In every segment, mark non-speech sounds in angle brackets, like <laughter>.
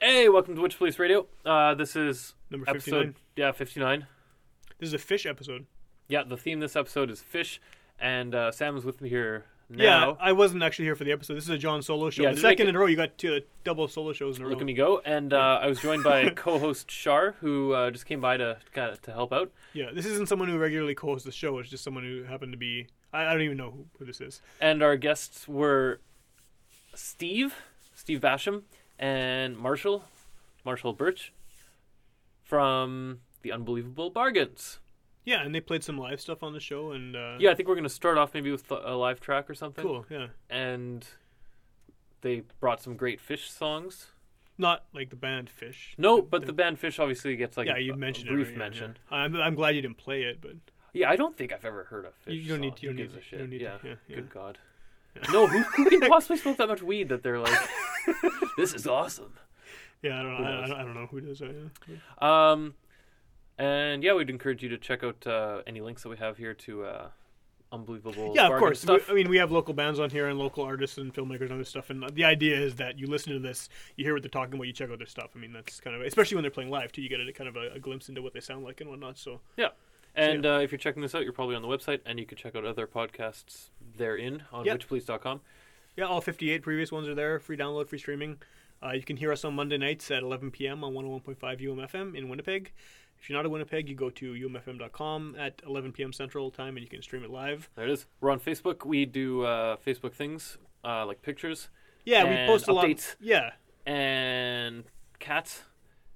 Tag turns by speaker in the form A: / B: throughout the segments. A: Hey, welcome to Witch Police Radio. Uh, this is
B: Number 59.
A: episode yeah fifty nine.
B: This is a fish episode.
A: Yeah, the theme this episode is fish, and uh, Sam is with me here
B: Yeah,
A: now.
B: I wasn't actually here for the episode. This is a John solo show.
A: Yeah,
B: the
A: just make
B: second
A: it-
B: in a row, you got two double solo shows in a row.
A: Look at me go! And uh, I was
B: <laughs>
A: joined by co-host Shar, who uh, just came by to kind of to help out.
B: Yeah, this isn't someone who regularly co-hosts the show. It's just someone who happened to be. I, I don't even know who, who this is.
A: And our guests were Steve, Steve Basham, and Marshall, Marshall Birch, from the Unbelievable Bargains.
B: Yeah, and they played some live stuff on the show, and uh,
A: Yeah, I think we're gonna start off maybe with a live track or something.
B: cool. Yeah,
A: And they brought some great fish songs.
B: not like the band Fish.
A: No, but the band Fish obviously gets like
B: yeah,
A: a-
B: you
A: a
B: mentioned
A: brief
B: it. right, yeah,
A: mention.
B: Yeah, I'm, I'm glad you didn't play it, but
A: Yeah, I don't think I've ever heard a Fish.
B: you don't
A: song.
B: need. You don't
A: Who
B: need.
A: gives
B: to-
A: a
B: You
A: shit.
B: don't need.
A: yeah.
B: To, yeah, yeah.
A: Good God. No, who, who can possibly smoke that much weed that they're like, this is awesome.
B: <laughs> Yeah, I don't.
A: Who
B: Know, I, I
A: knows?
B: don't- I don't know who does that. Yeah.
A: Um, and yeah, we'd encourage you to check out uh, any links that we have here to uh, unbelievable.
B: yeah of
A: bargain
B: course
A: Stuff.
B: We- i mean we have local bands on here and local artists and filmmakers and other stuff and the idea is that you listen to this you hear what they're talking about you check out their stuff i mean that's kind of especially when they're playing live too you get a kind of a, a glimpse into what they sound like and whatnot so
A: yeah. And uh, if you're checking this out, you're probably on the website, and you can check out other podcasts therein on
B: Yep.
A: witchpolice.com.
B: yeah all 58 previous ones are there free download free streaming uh, you can hear us on monday nights at 11 p.m on 101.5 umfm in winnipeg if you're not in winnipeg you go to umfm.com at 11 p.m central time and you can stream it live
A: There it is. We're on Facebook. We do uh, Facebook things uh, like pictures
B: yeah
A: And
B: we post a lot
A: updates.
B: yeah
A: and cats,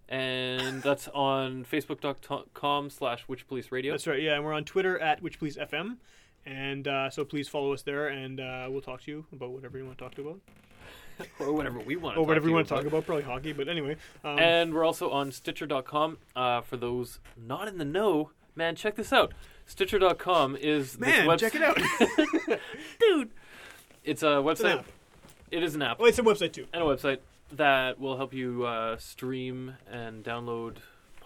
A: and that's on facebook.com slash witchpoliceradio.
B: That's right. Yeah, and we're on Twitter at Which Please FM, and uh, so please follow us there, and uh, we'll talk to you about whatever you want to talk to about,
A: or whatever we want.
B: or whatever you want to talk about. Probably hockey, but anyway. Um,
A: And we're also on Stitcher.com. Uh, for those not in the know, man, check this out. Stitcher.com is this
B: man,
A: website. <laughs>
B: check it out.
A: dude. It's a
B: It's an
A: website.
B: app.
A: It is an app
B: Oh, it's a website too.
A: and a website that will help you uh, stream and download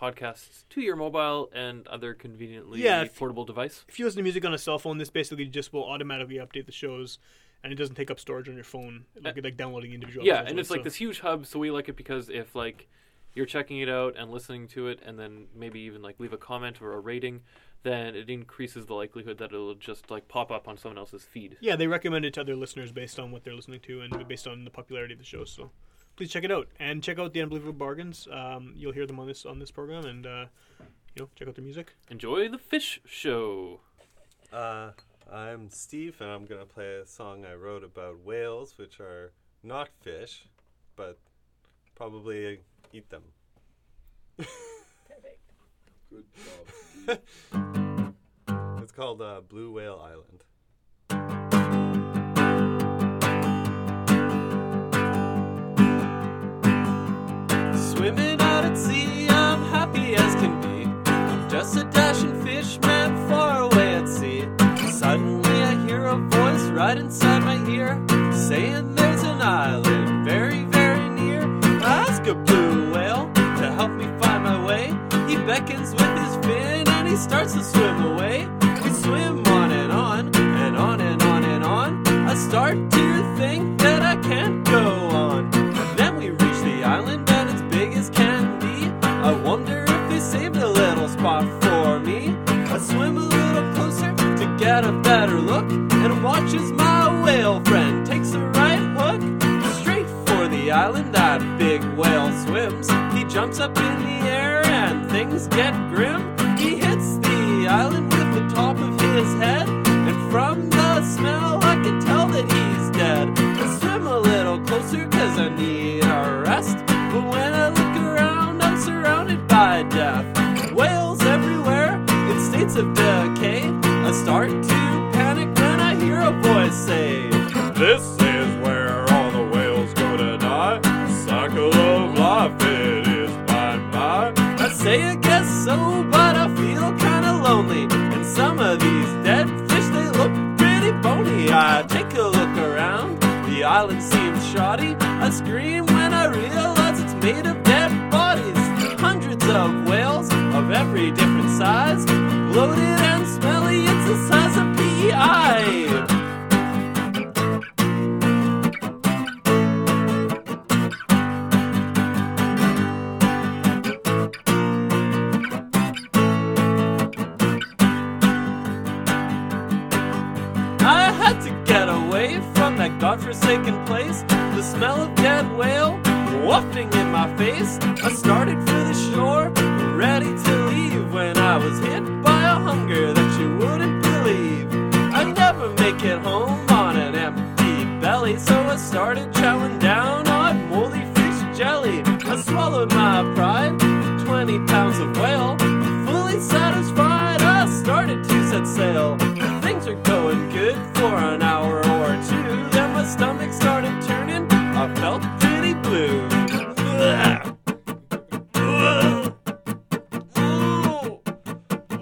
A: podcasts to your mobile and other conveniently
B: Yeah, if-
A: portable device.
B: If you listen to music on a cell phone, this basically just will automatically update the shows, and it doesn't take up storage on your phone, like, like downloading individual.
A: Uh, yeah,
B: episodes,
A: and it's like
B: so-
A: this huge hub, so we like it because if like you're checking it out and listening to it, and then maybe even like leave a comment or a rating, then it increases the likelihood that it'll just like pop up on someone else's feed.
B: Yeah, they recommend it to other listeners based on what they're listening to and based on the popularity of the show. So please check it out and check out the Unbelievable Bargains. Um, you'll hear them on this on this program, and uh, you know check out their music.
A: Enjoy the fish show.
C: Uh, I'm Steve, and I'm gonna play a song I wrote about whales, which are not fish, but probably eat them. Perfect. Good job. <laughs> it's called uh, Blue Whale Island. Swimming out at sea, I'm happy as can be. I'm just a dashing fishman far away at sea. Suddenly I hear a voice right inside my ear saying there's an island very, very near. I ask a blue whale to help me find my way. He beckons with his fin and he starts to swim away. We swim on and on and on and on and on. I start to think that I can't go on. And then we reach the island and it's big as can be. I wonder if they saved a little spot for me. I swim a little closer to get a better look and watch as my whale friend takes a right hook. Straight for the island that big whale swims. He jumps up in the air and things get grim. He hits the island with the top of his head. And from the smell, I can tell that he's dead. I swim a little closer cause I need a rest. But when I look around, I'm surrounded by death. Whales everywhere in states of decay. I start to panic when I hear a voice say, This is where all the whales go to die. Cycle of life, it is by and by. I say I guess so, but I feel kinda lonely. And some of these dead fish, they look pretty bony. I take a look around, the island seems shoddy. I scream when I realize it's made of dead bodies. Hundreds of whales of every different size. Bloated and smelly, it's the size of PEI. godforsaken place. The smell of dead whale wafting in my face. I started for the shore, ready to leave when I was hit by a hunger that you wouldn't believe. I never make it home on an empty belly, so I started chowing down on moldy fish jelly. I swallowed my pride, 20 pounds of whale. Fully satisfied, I started to set sail. Things were going good for an hour or two, then my stomach started turning. I felt pretty blue. Ugh. Ugh. Ooh.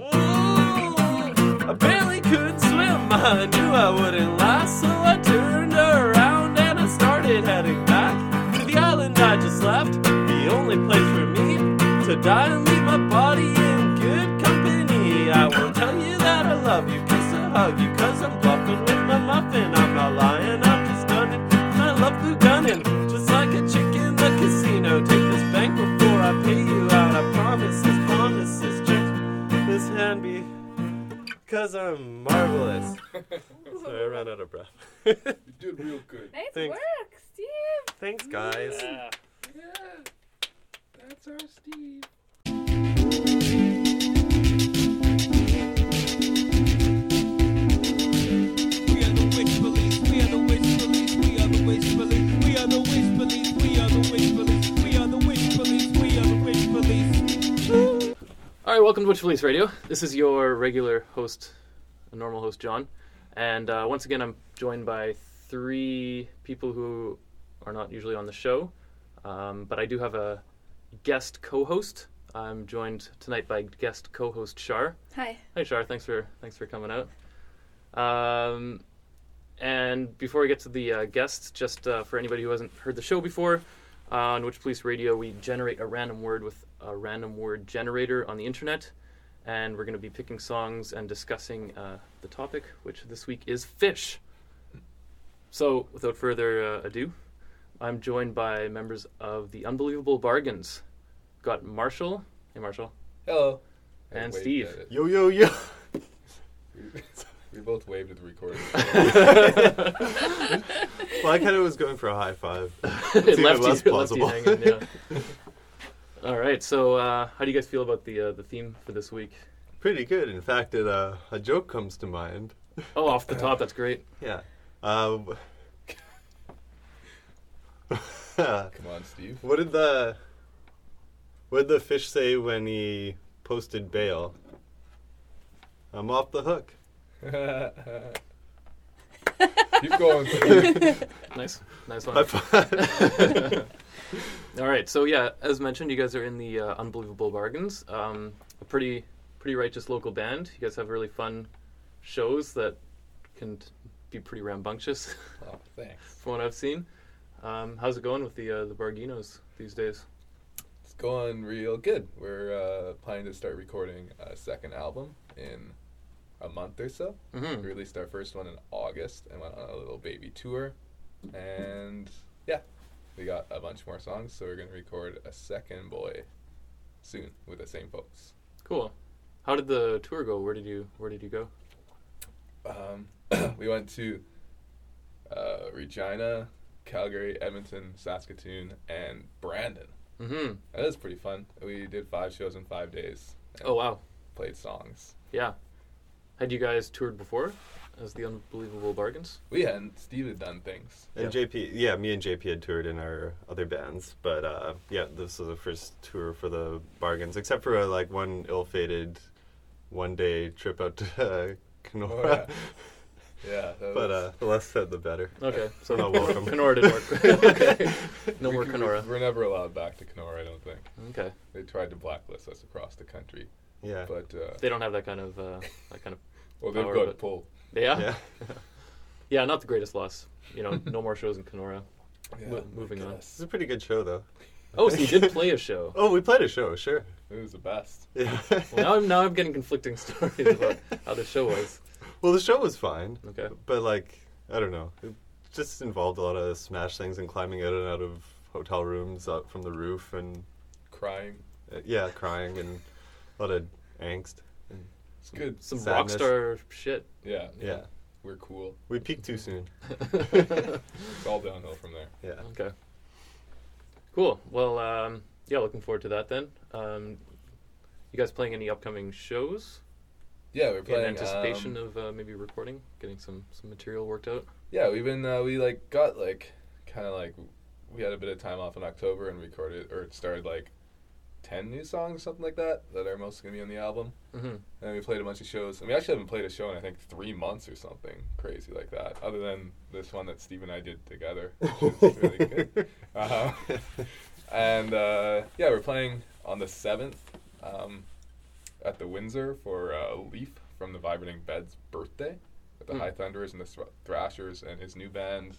C: Ooh. I barely could swim, I knew I wouldn't last, so I turned around and I started heading back to the island I just left. The only place for me to die and leave my body in good company. I will tell you that I love you, kiss and hug you, cause I'm bluffing with my muffin. I'm not lying, I'm just gunning. I love blue gunning, just like a chick in the casino. Take this bank before I pay you out. I promise this, promise this, check this hand be. Cause I'm marvelous. Sorry, I ran out of breath.
D: You did real good.
E: Nice
C: Thanks.
E: work, Steve.
C: Thanks, guys.
A: Yeah.
D: Yeah. That's our Steve.
F: We are the witch police, we are the witch police, we are the witch police, we are the witch police, we are the witch police, we are the witch police, we are the witch police.
A: All right, welcome to Witch Police Radio. This is your regular host, a normal host, John. And uh, once again, I'm joined by three people who are not usually on the show, um, but I do have a guest co host. I'm joined tonight by guest co host Shar.
E: Hi.
A: Hey Shar, thanks for thanks for coming out. Um, and before we get to the uh, guests, just uh, for anybody who hasn't heard the show before, uh, on Which Police Radio, we generate a random word with a random word generator on the internet, and we're going to be picking songs and discussing uh, the topic, which this week is fish. So, without further uh, ado, I'm joined by members of the Unbelievable Bargains. Got Marshall. Hey, Marshall.
D: Hello.
A: And Steve.
D: Yo, yo, yo. <laughs> we both waved at the
A: <laughs>
D: recording.
G: Well, I <laughs> kind of was going for a
A: <laughs>
G: high five.
A: it
G: even
A: left,
G: less
A: you, left you
G: plausible.
A: hanging. Yeah.
G: <laughs>
A: All right. So, uh, how do you guys feel about the uh, the theme for this
G: <laughs>
A: week?
G: Pretty good. In fact, it, uh, a joke comes to mind.
A: Oh, off the top, that's great.
G: <laughs> Yeah. Uh, <laughs>
D: Come on, Steve.
G: what did the what did the fish say when he posted bail? I'm off the hook.
A: <laughs>
D: Keep going, Steve.
A: Nice, nice
G: High
A: one.
G: five.
A: <laughs> All right. So, yeah, as mentioned, you guys are in the uh, Unbelievable Bargains, um, a pretty pretty righteous local band. You guys have really fun shows that can t- be pretty rambunctious,
D: Oh, thanks.
A: <laughs> from what I've seen. Um, how's it going with the uh, the Barginos these days?
D: It's going real good. We're uh, planning to start recording a second album in a month or so.
A: Mm-hmm.
D: We released our first one in August and went on a little baby tour. And yeah, we got a bunch more songs, so we're going to record a second boy soon with the same folks.
A: Cool. How did the tour go? Where did you Where did you go?
D: Um, <clears throat> we went to uh, Regina, Calgary, Edmonton, Saskatoon, and Brandon.
A: Mm-hmm.
D: That was pretty fun. We did five shows in five days. and
A: Oh wow.
D: Played songs.
A: Yeah. Had you guys toured before as the Unbelievable Bargains?
D: We hadn't. Steve had done things.
G: and JP, yeah, me and JP had toured in our other bands, but uh, yeah, this was the first tour for the Bargains, except for uh, like one ill-fated one-day trip out to uh, Kenora.
D: Oh, yeah. Yeah. that
G: <laughs> But
D: was-
G: uh, the less said, the better. <laughs>
A: Okay, so
G: Not welcome.
A: Kenora didn't work. <laughs>
G: <laughs>
A: okay. No
D: we
A: more
D: can-
A: Kenora.
D: We're never allowed back to Kenora, I don't think.
A: Okay.
D: They tried to blacklist us across the country.
G: Yeah.
D: But, uh,
A: They don't have that kind of uh, that kind of
D: <laughs> well, they've
A: Power
D: got
A: of it.
D: pull.
A: yeah? yeah <laughs>
G: yeah.
A: not the greatest loss. You know, no more shows in Kenora. Mo- moving on.
G: It's a pretty good show, though.
A: Oh, so you
G: <laughs>
A: did play a show.
G: Oh, we played a show, sure.
D: It was the best.
G: <laughs> Yeah.
A: Well, now I'm now I'm getting conflicting <laughs> stories about how the show was.
G: well, the show was fine,
A: Okay.
G: but like, I don't know. It just involved a lot of smash things and climbing out and out of hotel rooms out from the roof and
D: Crying.
G: uh, yeah, crying and a lot of angst.
D: It's good.
A: Some rock
G: Sadness.
A: star shit.
D: Yeah.
G: Yeah.
D: We're cool.
G: We peaked too soon.
D: It's all downhill from there.
G: Yeah.
A: Okay. Cool. Well, um, yeah, looking forward to that then. Um, you guys playing any upcoming shows
D: Yeah, we're playing
A: in anticipation
D: um,
A: of uh, maybe recording, getting some some material worked out?
D: Yeah, we've been uh, we like got like kind of like we had a bit of time off in October and recorded or started like ten new songs something like that that are mostly gonna be on the album.
A: Mhm.
D: And we played a bunch of shows. And we actually haven't played a show in I think three months or something crazy like that. Other than this one that Steve and I did together, which is
G: <laughs>
D: really good. Uh, and uh, yeah, we're playing on the seventh um, at the Windsor for uh, Leaf from the Vibrating Beds' birthday with the
A: Hmm.
D: High Thunderers and the Thr- Thrashers and his new band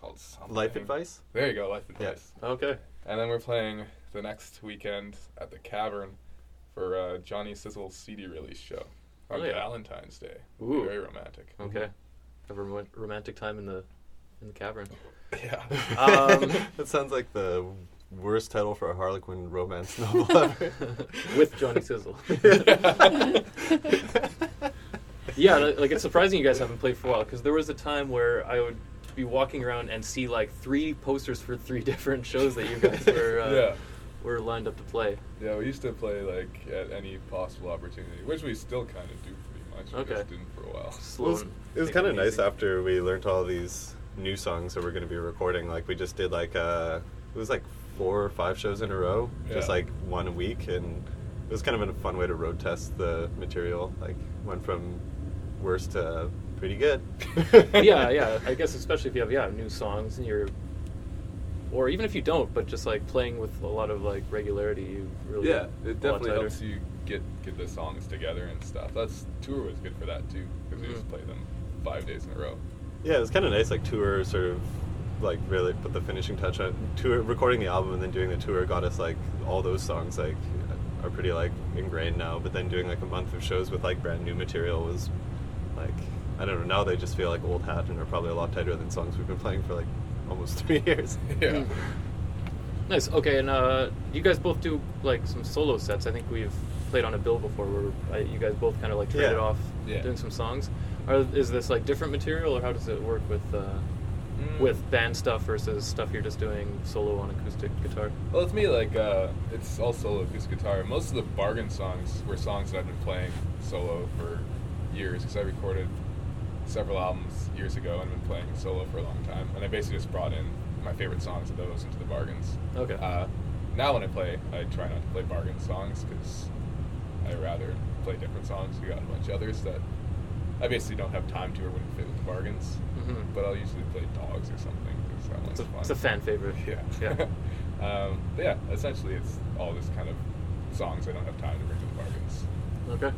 D: called something.
G: Life advice?
D: There you go, Life Advice.
A: Okay.
D: And then we're playing the next weekend at the Cavern for uh, Johnny Sizzle's CD release show on
A: Oh, yeah.
D: Valentine's Day.
A: Ooh.
D: Very romantic.
A: Okay. Have a rom- romantic time in the in the cavern.
D: Yeah.
A: <laughs> Um,
G: <laughs> that sounds like the worst title for a Harlequin romance novel ever.
A: <laughs> with
D: <laughs>
A: Johnny Sizzle. yeah, li- like it's surprising you guys haven't played for a while because there was a time where I would be walking around and see like three posters for three <laughs> different shows that you guys were uh,
D: yeah.
A: were lined up to play.
D: Yeah, we used to play like at any possible opportunity, which we still kind of do pretty much. We
A: Okay.
D: just didn't for a while.
A: Slow.
G: It was,
A: and
G: it was
A: take
G: kind of
A: easy.
G: nice after we learned all these new songs that we're going to be recording. Like we just did like uh it was like four or five shows in a row, just
D: Yeah.
G: like one a week, and it was kind of a fun way to road test the material. Like went from worst to pretty good. <laughs>
A: yeah, yeah. I guess especially if you have yeah new songs and you're, or even if you don't, but just like playing with a lot of like regularity, you really
D: Yeah,
A: a lot
D: it definitely
A: tighter.
D: helps you get get the songs together and stuff. That's tour was good for that too because we just
A: Mhm.
D: play them five days in a row.
G: Yeah, it was kind of nice. Like tour, sort of like really put the finishing touch on tour. Recording the album and then doing the tour got us like all those songs like are pretty like ingrained now. But then doing like a month of shows with like brand new material was like I don't know. Now they just feel like old hat and are probably a lot tighter than songs we've been playing for like almost <laughs> three years.
D: Yeah,
A: Nice. Okay, and uh, you guys both do like some solo sets. I think we've played on a bill before, where uh, you guys both kind of like traded
G: Yeah.
A: off
D: Yeah.
A: doing some songs. Are, is this like different material, or how does it work with uh,
D: Mm.
A: with band stuff versus stuff you're just doing solo on acoustic guitar?
D: Well, it's me. Like, uh, it's all solo acoustic guitar. Most of the bargain songs were songs that I've been playing solo for years because I recorded several albums years ago and been playing solo for a long time. And I basically just brought in my favorite songs of those into the bargains.
A: Okay.
D: Uh, now when I play, I try not to play bargain songs because I rather play different songs. We got a bunch of others that I basically don't have time to or wouldn't fit with the bargains.
A: Mhm.
D: But I'll usually play dogs or something because that one's
A: It's a,
D: fun.
A: it's a fan favorite.
D: Yeah.
A: Yeah.
D: <laughs> um, but yeah, essentially it's all this kind of songs I don't have time to bring to the bargains.
A: Okay.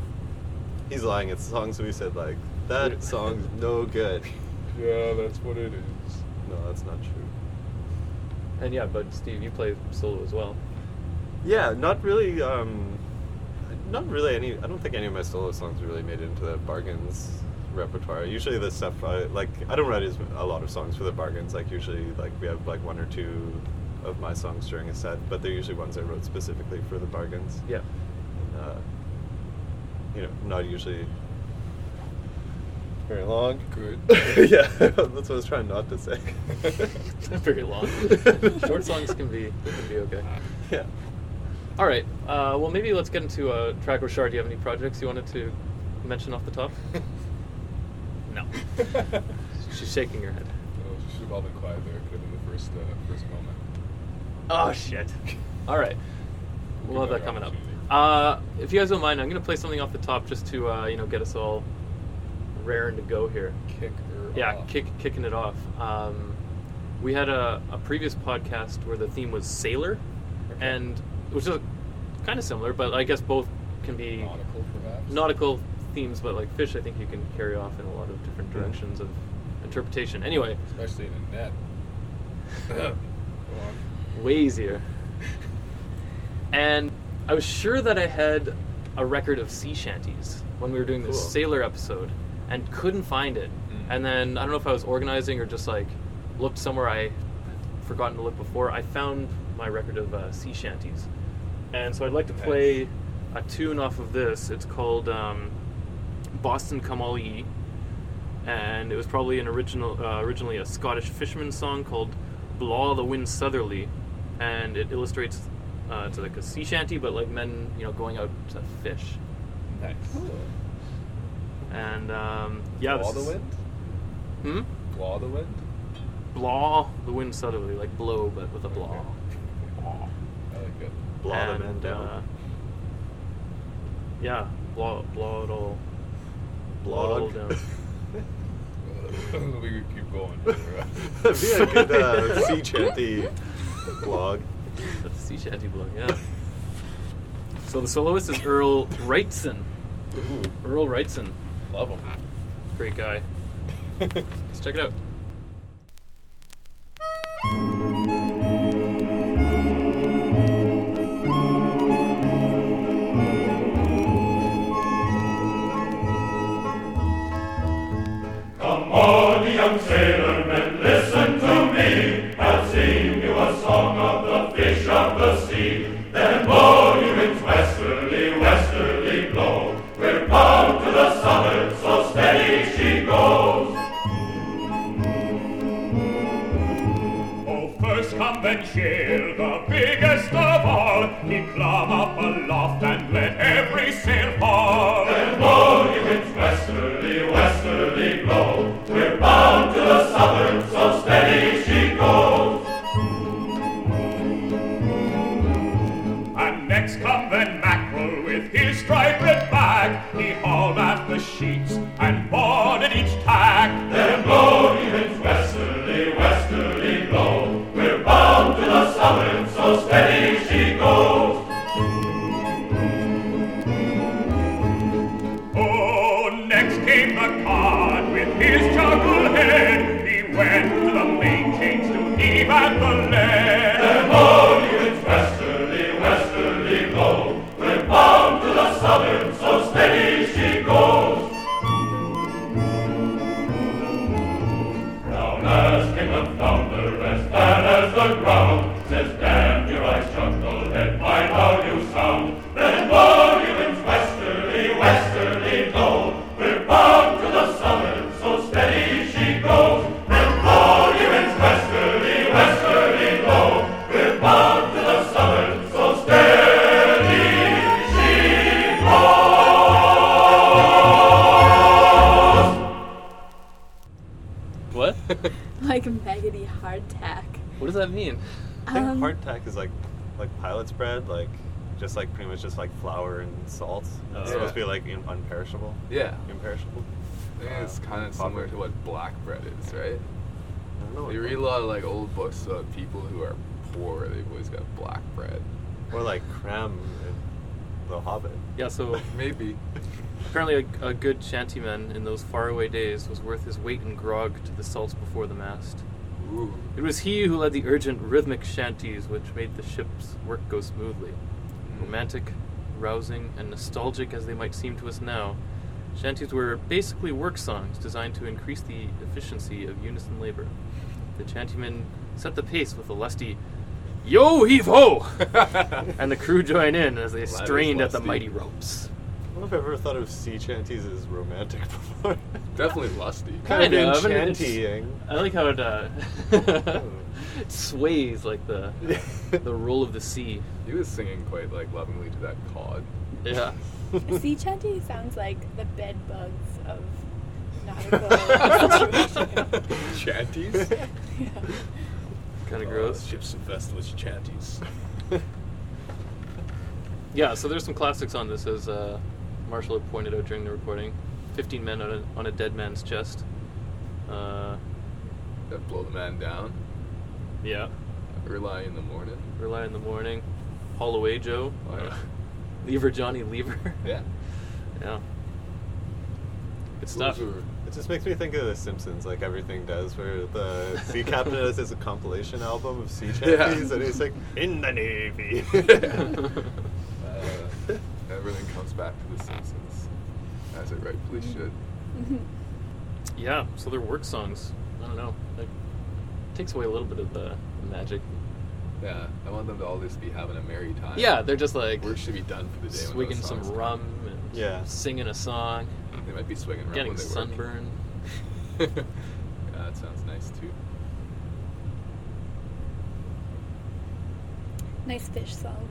G: He's lying. It's songs we said like that song's no good.
D: Yeah, that's what it is.
G: No, that's not true.
A: And yeah, but Steve, you play solo as well.
G: Yeah, not really. Um, not really any. I don't think any of my solo songs really made it into the bargains repertoire. Usually the stuff I like. I don't write as a lot of songs for the bargains. Like usually, like we have like one or two of my songs during a set, but they're usually ones I wrote specifically for the bargains.
A: Yeah.
G: And, uh, you know, not usually very long.
D: Good.
G: <laughs> yeah, that's what I was trying not to say.
A: <laughs>
G: <laughs>
A: Very long. <laughs> Short songs can be can be <laughs> okay.
G: yeah.
A: All right. Uh, well, maybe let's get into uh, track Richard. Do you have any projects you wanted to mention off the top? <laughs> no. <laughs> She's shaking her head.
D: Oh, she should have all been quiet there. Could have been the first, uh, first moment.
A: Oh shit. <laughs> All right. We'll have that coming up.
D: Opportunity.
A: Uh, if you guys don't mind, I'm gonna play something off the top just to uh, you know get us all raring to go here.
D: Kick her
A: Yeah,
D: off.
A: kick, kicking it off. Um, we had a, a previous podcast where the theme was sailor,
D: Okay.
A: and which is kind of similar, but I guess both can be
D: Nautical, perhaps.
A: nautical themes, but like fish, I think you can carry off in a lot of different directions of
D: <laughs>
A: interpretation. Anyway,
D: Especially in a net. Go on.
A: way easier. And I was sure that I had a record of sea shanties when we were doing this
G: Cool.
A: sailor episode and couldn't find it.
D: Mm.
A: And then I don't know if I was organizing or just like looked somewhere I had forgotten to look before. I found my record of uh, sea shanties. And so I'd like to
D: Nice.
A: play a tune off of this. It's called um, Boston Come All Ye. and it was probably an original, uh, originally a Scottish fisherman song called "Blaw the Wind Southerly," and it illustrates uh, it's like a sea shanty, but like men, you know, going out to fish.
D: Nice.
A: And um, yeah,
D: Blaw
A: this
D: the
A: is-
D: wind.
A: Hmm?
D: Blaw the wind.
A: Blaw the wind southerly, like blow, but with a blaw.
D: I like it.
G: Blot
A: and,
G: them in down.
A: uh, yeah, blow, blow it all. blow it all
G: Blog.
A: down.
D: <laughs> we could keep going.
G: <laughs> That'd be a good uh, sea chanty blog.
A: That's a sea shanty blog, yeah. So the soloist is Earl Wrightson. Earl Wrightson,
D: Love them.
A: great
G: <laughs>
A: guy. Let's check it out.
E: Come on, young sailormen, listen to me. I'll sing you a song of the fish of the sea. Then blow you winds westerly, westerly blow. We're bound to the southern, so steady she goes. Oh, first come then sail, the biggest of all. He climb up aloft and let every sail fall. Then blow you winds westerly, westerly blow. We're bound to the southern, so steady she goes. And next come the mackerel with his striped back. He hauled at the sheets and boarded each tack. Then blow ye winds westerly, westerly blow. We're bound to the southern, so steady she goes. Oh, next came the cod with his juggle head. He went to the main chains to heave at the lead. Then blow ye winds westerly, westerly blow. We're bound to the southern, so steady she goes. Down as came the founder, as bad as the ground. Says, damn your eyes, chucklehead, mind how you sound. Then blow you winds westerly, westerly blow. We're bound to the southern, so steady she goes. Then blow you winds westerly, westerly blow. We're bound to the southern, so steady she
A: <laughs> What?
H: <laughs> Like maggoty hardtack.
A: what does that mean?
G: I think
H: Um,
G: hardtack is like like pilot's bread, like just like pretty much just like flour and salt.
A: Oh.
G: It's supposed to
D: Yeah.
G: be like in, unperishable.
D: Yeah.
G: Imperishable.
D: I think it's kind of similar to what black bread is, right?
G: I don't know.
D: You read a lot of like old books about people who are poor. They've always got black bread.
G: Or like creme in The Hobbit.
A: Yeah,
G: <laughs>
A: so
D: Maybe.
A: apparently a, a good shantyman in those faraway days was worth his weight in grog to the salts before the mast.
D: Ooh.
A: It was he who led the urgent rhythmic shanties which made the ship's work go smoothly.
G: Hmm.
A: Romantic, rousing, and nostalgic as they might seem to us now, shanties were basically work songs designed to increase the efficiency of unison labor. The chantymen set the pace with a lusty Yo heave ho! <laughs>
G: <laughs>
A: <laughs> and the crew join in as they
D: That is
A: strained at the
D: lusty.
A: mighty ropes.
G: I don't know if I've ever thought of sea chanties as romantic <laughs> before.
D: Definitely lusty.
A: Kind of, I mean, it's-
G: enchanting.
A: I like how it uh, <laughs> it sways like the the roll of the sea.
D: He was singing quite like lovingly to that cod.
A: Yeah.
H: A sea chanty sounds like the bed bugs of
A: <laughs>
H: nautical situation.
D: Chanties?
H: <laughs> Yeah.
A: Kind
D: Oh,
A: of gross.
D: Ships infested with chanties.
A: <laughs> Yeah, so there's some classics on this, as uh, Marshall had pointed out during the recording. 15 men on a, on a dead man's chest. Uh,
D: That blow the man down.
A: yeah.
D: Rely in the morning.
A: Rely in the morning. Holloway Joe.
D: Oh, yeah.
A: <laughs> Lever Johnny Lever.
D: Yeah.
A: yeah. Good stuff.
D: Those were-
G: It just makes me think of The Simpsons, like everything does, where the
A: <laughs>
G: sea captain does his compilation album of sea
D: Yeah.
G: chanties, and he's like, in
D: <laughs>
G: the Navy.
D: Uh, everything comes back to The Simpsons, as it rightfully should.
A: yeah, so they're work songs. I don't know. Like, takes away a little bit of the magic.
D: Yeah, I want them to all just be having a merry time.
A: Yeah, they're just like
D: work should be done for the day. when
A: swigging
D: those
A: some
D: songs
A: rum and
G: Yeah.
A: singing a song,
D: come. <laughs> They might be swigging rum.
A: getting
D: when they work.
A: sunburned.
D: yeah, <laughs> that sounds nice too.
H: Nice fish song.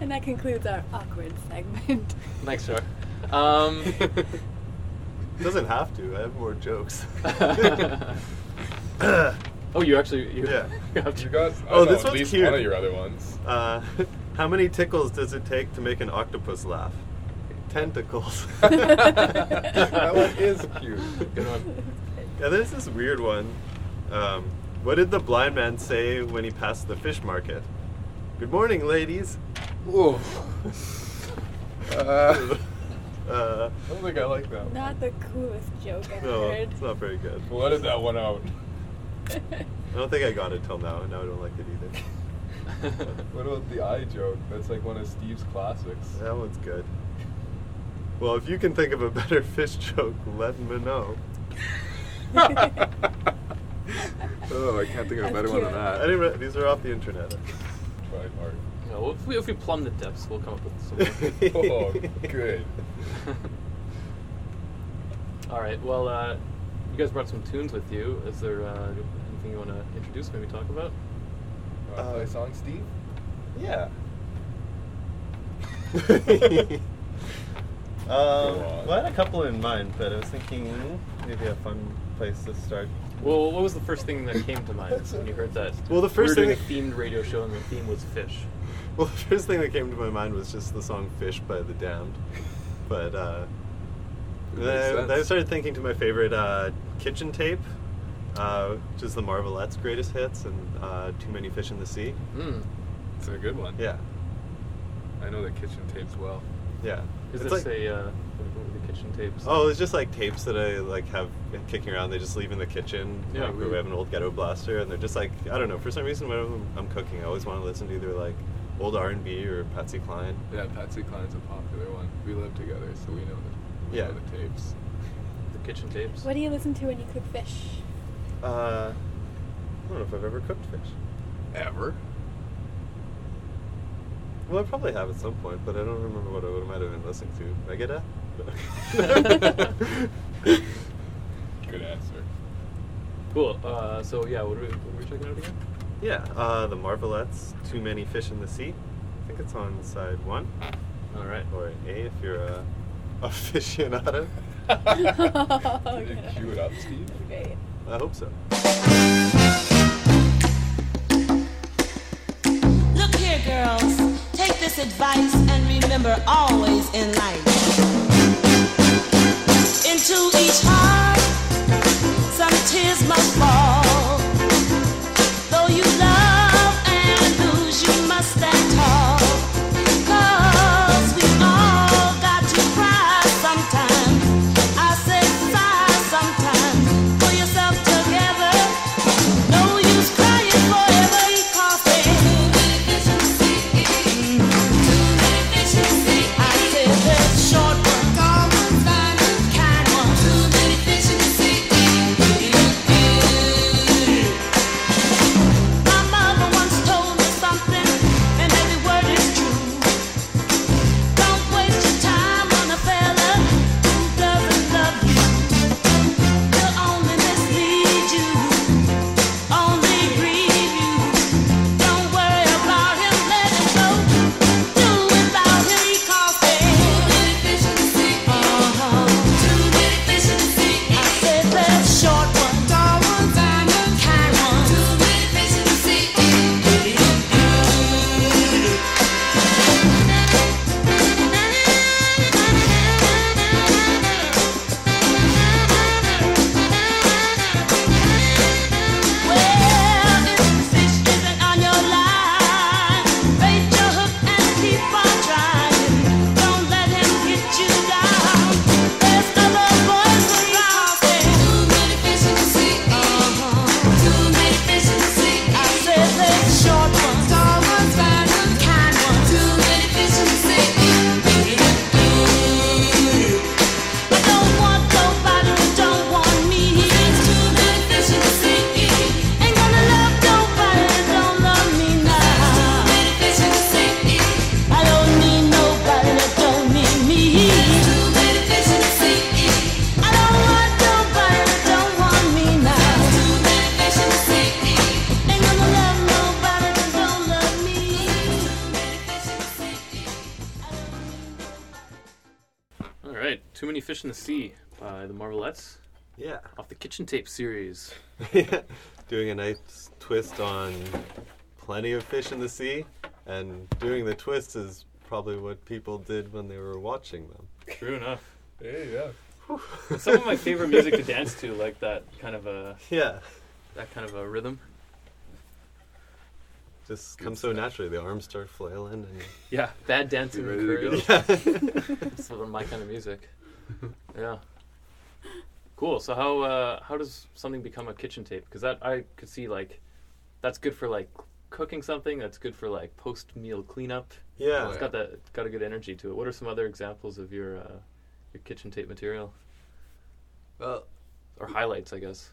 H: and that concludes our awkward segment. <laughs>
A: Thanks, sir.
D: <laughs>
A: Um,
G: Doesn't have to. I have more jokes.
A: <laughs> oh, you actually. You,
G: Yeah.
A: <laughs> you have to-
D: You got I
G: Oh,
D: don't know,
G: this
D: at
G: one's
D: least
G: cute.
D: one of your other ones.
G: Uh, <laughs> how many tickles does it take to make an octopus laugh? <laughs> Tentacles.
D: <laughs> that one is cute.
G: Good one. Yeah, there's this weird one. Um, what did the blind man say when he passed the fish market? Good morning, ladies.
D: Whoa.
G: <laughs>
D: Uh,
G: Uh,
D: I don't think I like that. One.
H: Not the coolest joke I've
G: no,
H: heard.
G: it's not very good.
D: Well, What is that one
G: <laughs>
D: out?
G: I don't think I got it till now, and now I don't like it either.
D: <laughs> What about the eye joke? That's like one of Steve's classics.
G: That one's good. Well, if you can think of a better <laughs> fish joke, let me know.
D: oh, I can't think of a
H: That's
D: better one than
H: cute.
G: I
D: that.
G: didn't re- these are off the internet.
D: Tried hard.
A: You know, if, we, if we plumb the depths, we'll come up with something.
G: <laughs>
D: Oh, good.
A: <laughs> All right. Well, uh, you guys brought some tunes with you. Is there uh, anything you want to introduce? Maybe talk about?
D: Uh, play a song, Steve?
G: Yeah. um,
D: Go on.
G: well, I had a couple in mind, but I was thinking maybe a fun place to start.
A: Well, what was the first thing that came to mind when you heard that?
G: Well, the first
A: we were
G: thing-
A: doing a themed radio show, and the theme was fish.
G: Well, the first thing that came to my mind was just the song "Fish" by The Damned, but uh,
D: Makes
G: then, then I
D: sense.
G: started thinking to my favorite uh, kitchen tape, uh, which is the Marvelettes' greatest hits and uh, "Too Many Fish in the Sea."
A: Mm.
D: Hmm. It's a good one.
G: Yeah,
D: I know the kitchen tapes well.
G: yeah.
A: Is
G: It's
A: this
G: like-
A: a uh, what were the kitchen tapes?
G: Oh, it's just like tapes that I like have kicking around. They just leave in the kitchen.
A: Yeah,
G: like,
A: weird.
G: we have an old ghetto blaster, and they're just like I don't know. For some reason, when I'm, I'm cooking, I always want to listen to either like old R and B or Patsy Cline.
D: Yeah, Patsy Cline's a popular one. We live together, so we know the, we
G: Yeah.
D: know the tapes.
A: the kitchen tapes.
H: What do you listen to when you cook fish?
G: Uh, I don't know if I've ever cooked fish.
D: Ever?
G: Well, I probably have at some point, but I don't remember what I would might have been listening to. Megadeth.
D: <laughs> Good answer.
A: Cool. Uh, so yeah, what are, we, what are we checking out again?
G: yeah, uh, the Marvelettes. Too many fish in the sea. I think it's on side one
A: All right.
G: or A if you're a <laughs> aficionado.
D: <laughs> Did you
H: Okay.
D: cue it up, Steve?
H: Great.
G: I hope so.
I: Look here, girls. Take this advice and remember always in life. Into each heart, some tears must fall. Though you love and lose, you must stand tall. 'Cause we all got to cry sometimes. I said sigh sometimes. Pull yourself together. No use crying forever, you can't say. I said that short one, common, kind one. Too many fish in Uh-huh.
A: Fish in the Sea by the Marvelettes
G: Yeah.
A: off the Kitchen Tape series.
G: doing a nice twist on plenty of fish in the sea, and doing the twist is probably what people did when they were watching them.
A: True enough.
D: There you go.
A: Some of my favorite music to dance to, like that kind of a
G: Yeah,
A: that kind of a rhythm.
G: just comes so naturally. The arms start flailing,
A: Yeah, bad dancing
D: Ready to
A: ready
G: and
A: <laughs>
G: <laughs>
A: It's sort of my kind of music. Yeah. Cool. So how uh, how does something become a kitchen tape? Because that I could see like that's good for like cooking something. That's good for like post meal cleanup.
G: yeah,
A: It's got that it's got a good energy to it. What are some other examples of your uh, your kitchen tape material
D: Well,
A: or highlights? I guess.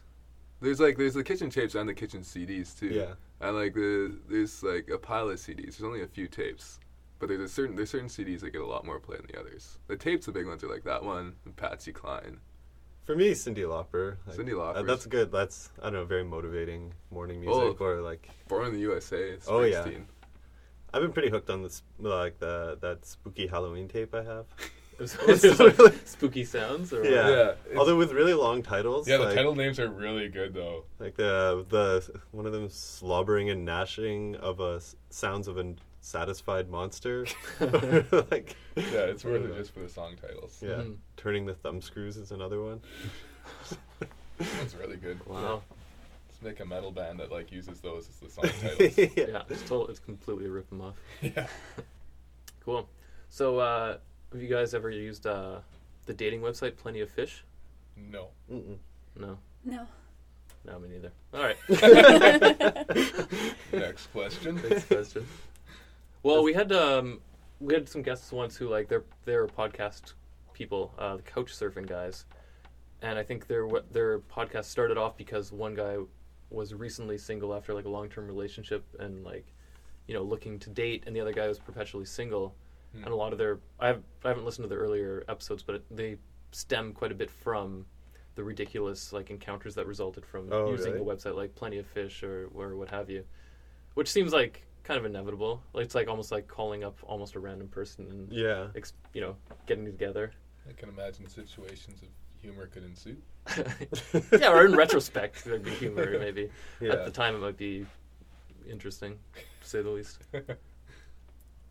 D: there's like there's the kitchen tapes and the kitchen CDs too.
G: yeah.
D: And like the there's like a pile of CDs. There's only a few tapes, but there's a certain there's certain CDs that get a lot more play than the others. The tapes, the big ones are like that one, and Patsy Cline.
G: For me, Cindy Lauper. like,
D: Cyndi
G: uh,
D: Lauper's-
G: that's good. That's I don't know, very motivating morning music
D: Oh.
G: or like
D: Born in the USA.
G: Oh, yeah.
D: Springsteen.
G: I've been pretty hooked on this like the that spooky Halloween tape
A: <laughs>
G: I have.
A: There's
G: <laughs> It's
A: some
G: really-
A: <laughs> spooky sounds. Or
G: Yeah.
D: Yeah, it's-
G: Although with really long titles.
D: Yeah, the
G: like,
D: title names are really good though.
G: Like the the one of them slobbering and gnashing of a s- sounds of a satisfied
D: <laughs>
G: monster. <laughs> like
D: Yeah, it's worth it just for the song titles.
G: yeah,
A: Mhm.
G: turning the thumb screws is another one.
D: It's really good.
A: Wow.
D: Let's make a metal band that like uses those as the
G: <laughs>
D: song titles.
G: yeah.
A: Yeah. It's total. It's completely ripped them off.
D: yeah.
A: <laughs> Cool. So uh, have you guys ever used uh, the dating website Plenty of Fish?
D: No.
G: Mm-mm.
A: No.
H: No.
A: No, me neither. All right.
D: Next question.
A: Next
D: <laughs>
A: question. Well, we had um, we had some guests once who like they're they're podcast people, uh, the couch surfing guys, and I think their what their podcast started off because one guy was recently single after like a long term relationship and like you know looking to date, and the other guy was perpetually single,
G: Hmm.
A: and a lot of their I have I haven't listened to the earlier episodes, but it, they stem quite a bit from the ridiculous like encounters that resulted from
G: Oh,
A: using
G: really?
A: a website like Plenty of Fish or or what have you which seems like kind of inevitable. Like it's like almost like calling up almost a random person and
G: Yeah.
A: ex- you know getting together. <laughs>
D: I can imagine situations of humor could ensue.
A: yeah, or in retrospect, there'd
D: <laughs>
A: be
G: <laughs>
A: humor maybe. At
G: Yeah.
A: the time, it might be interesting, to say the
G: <laughs>
A: least.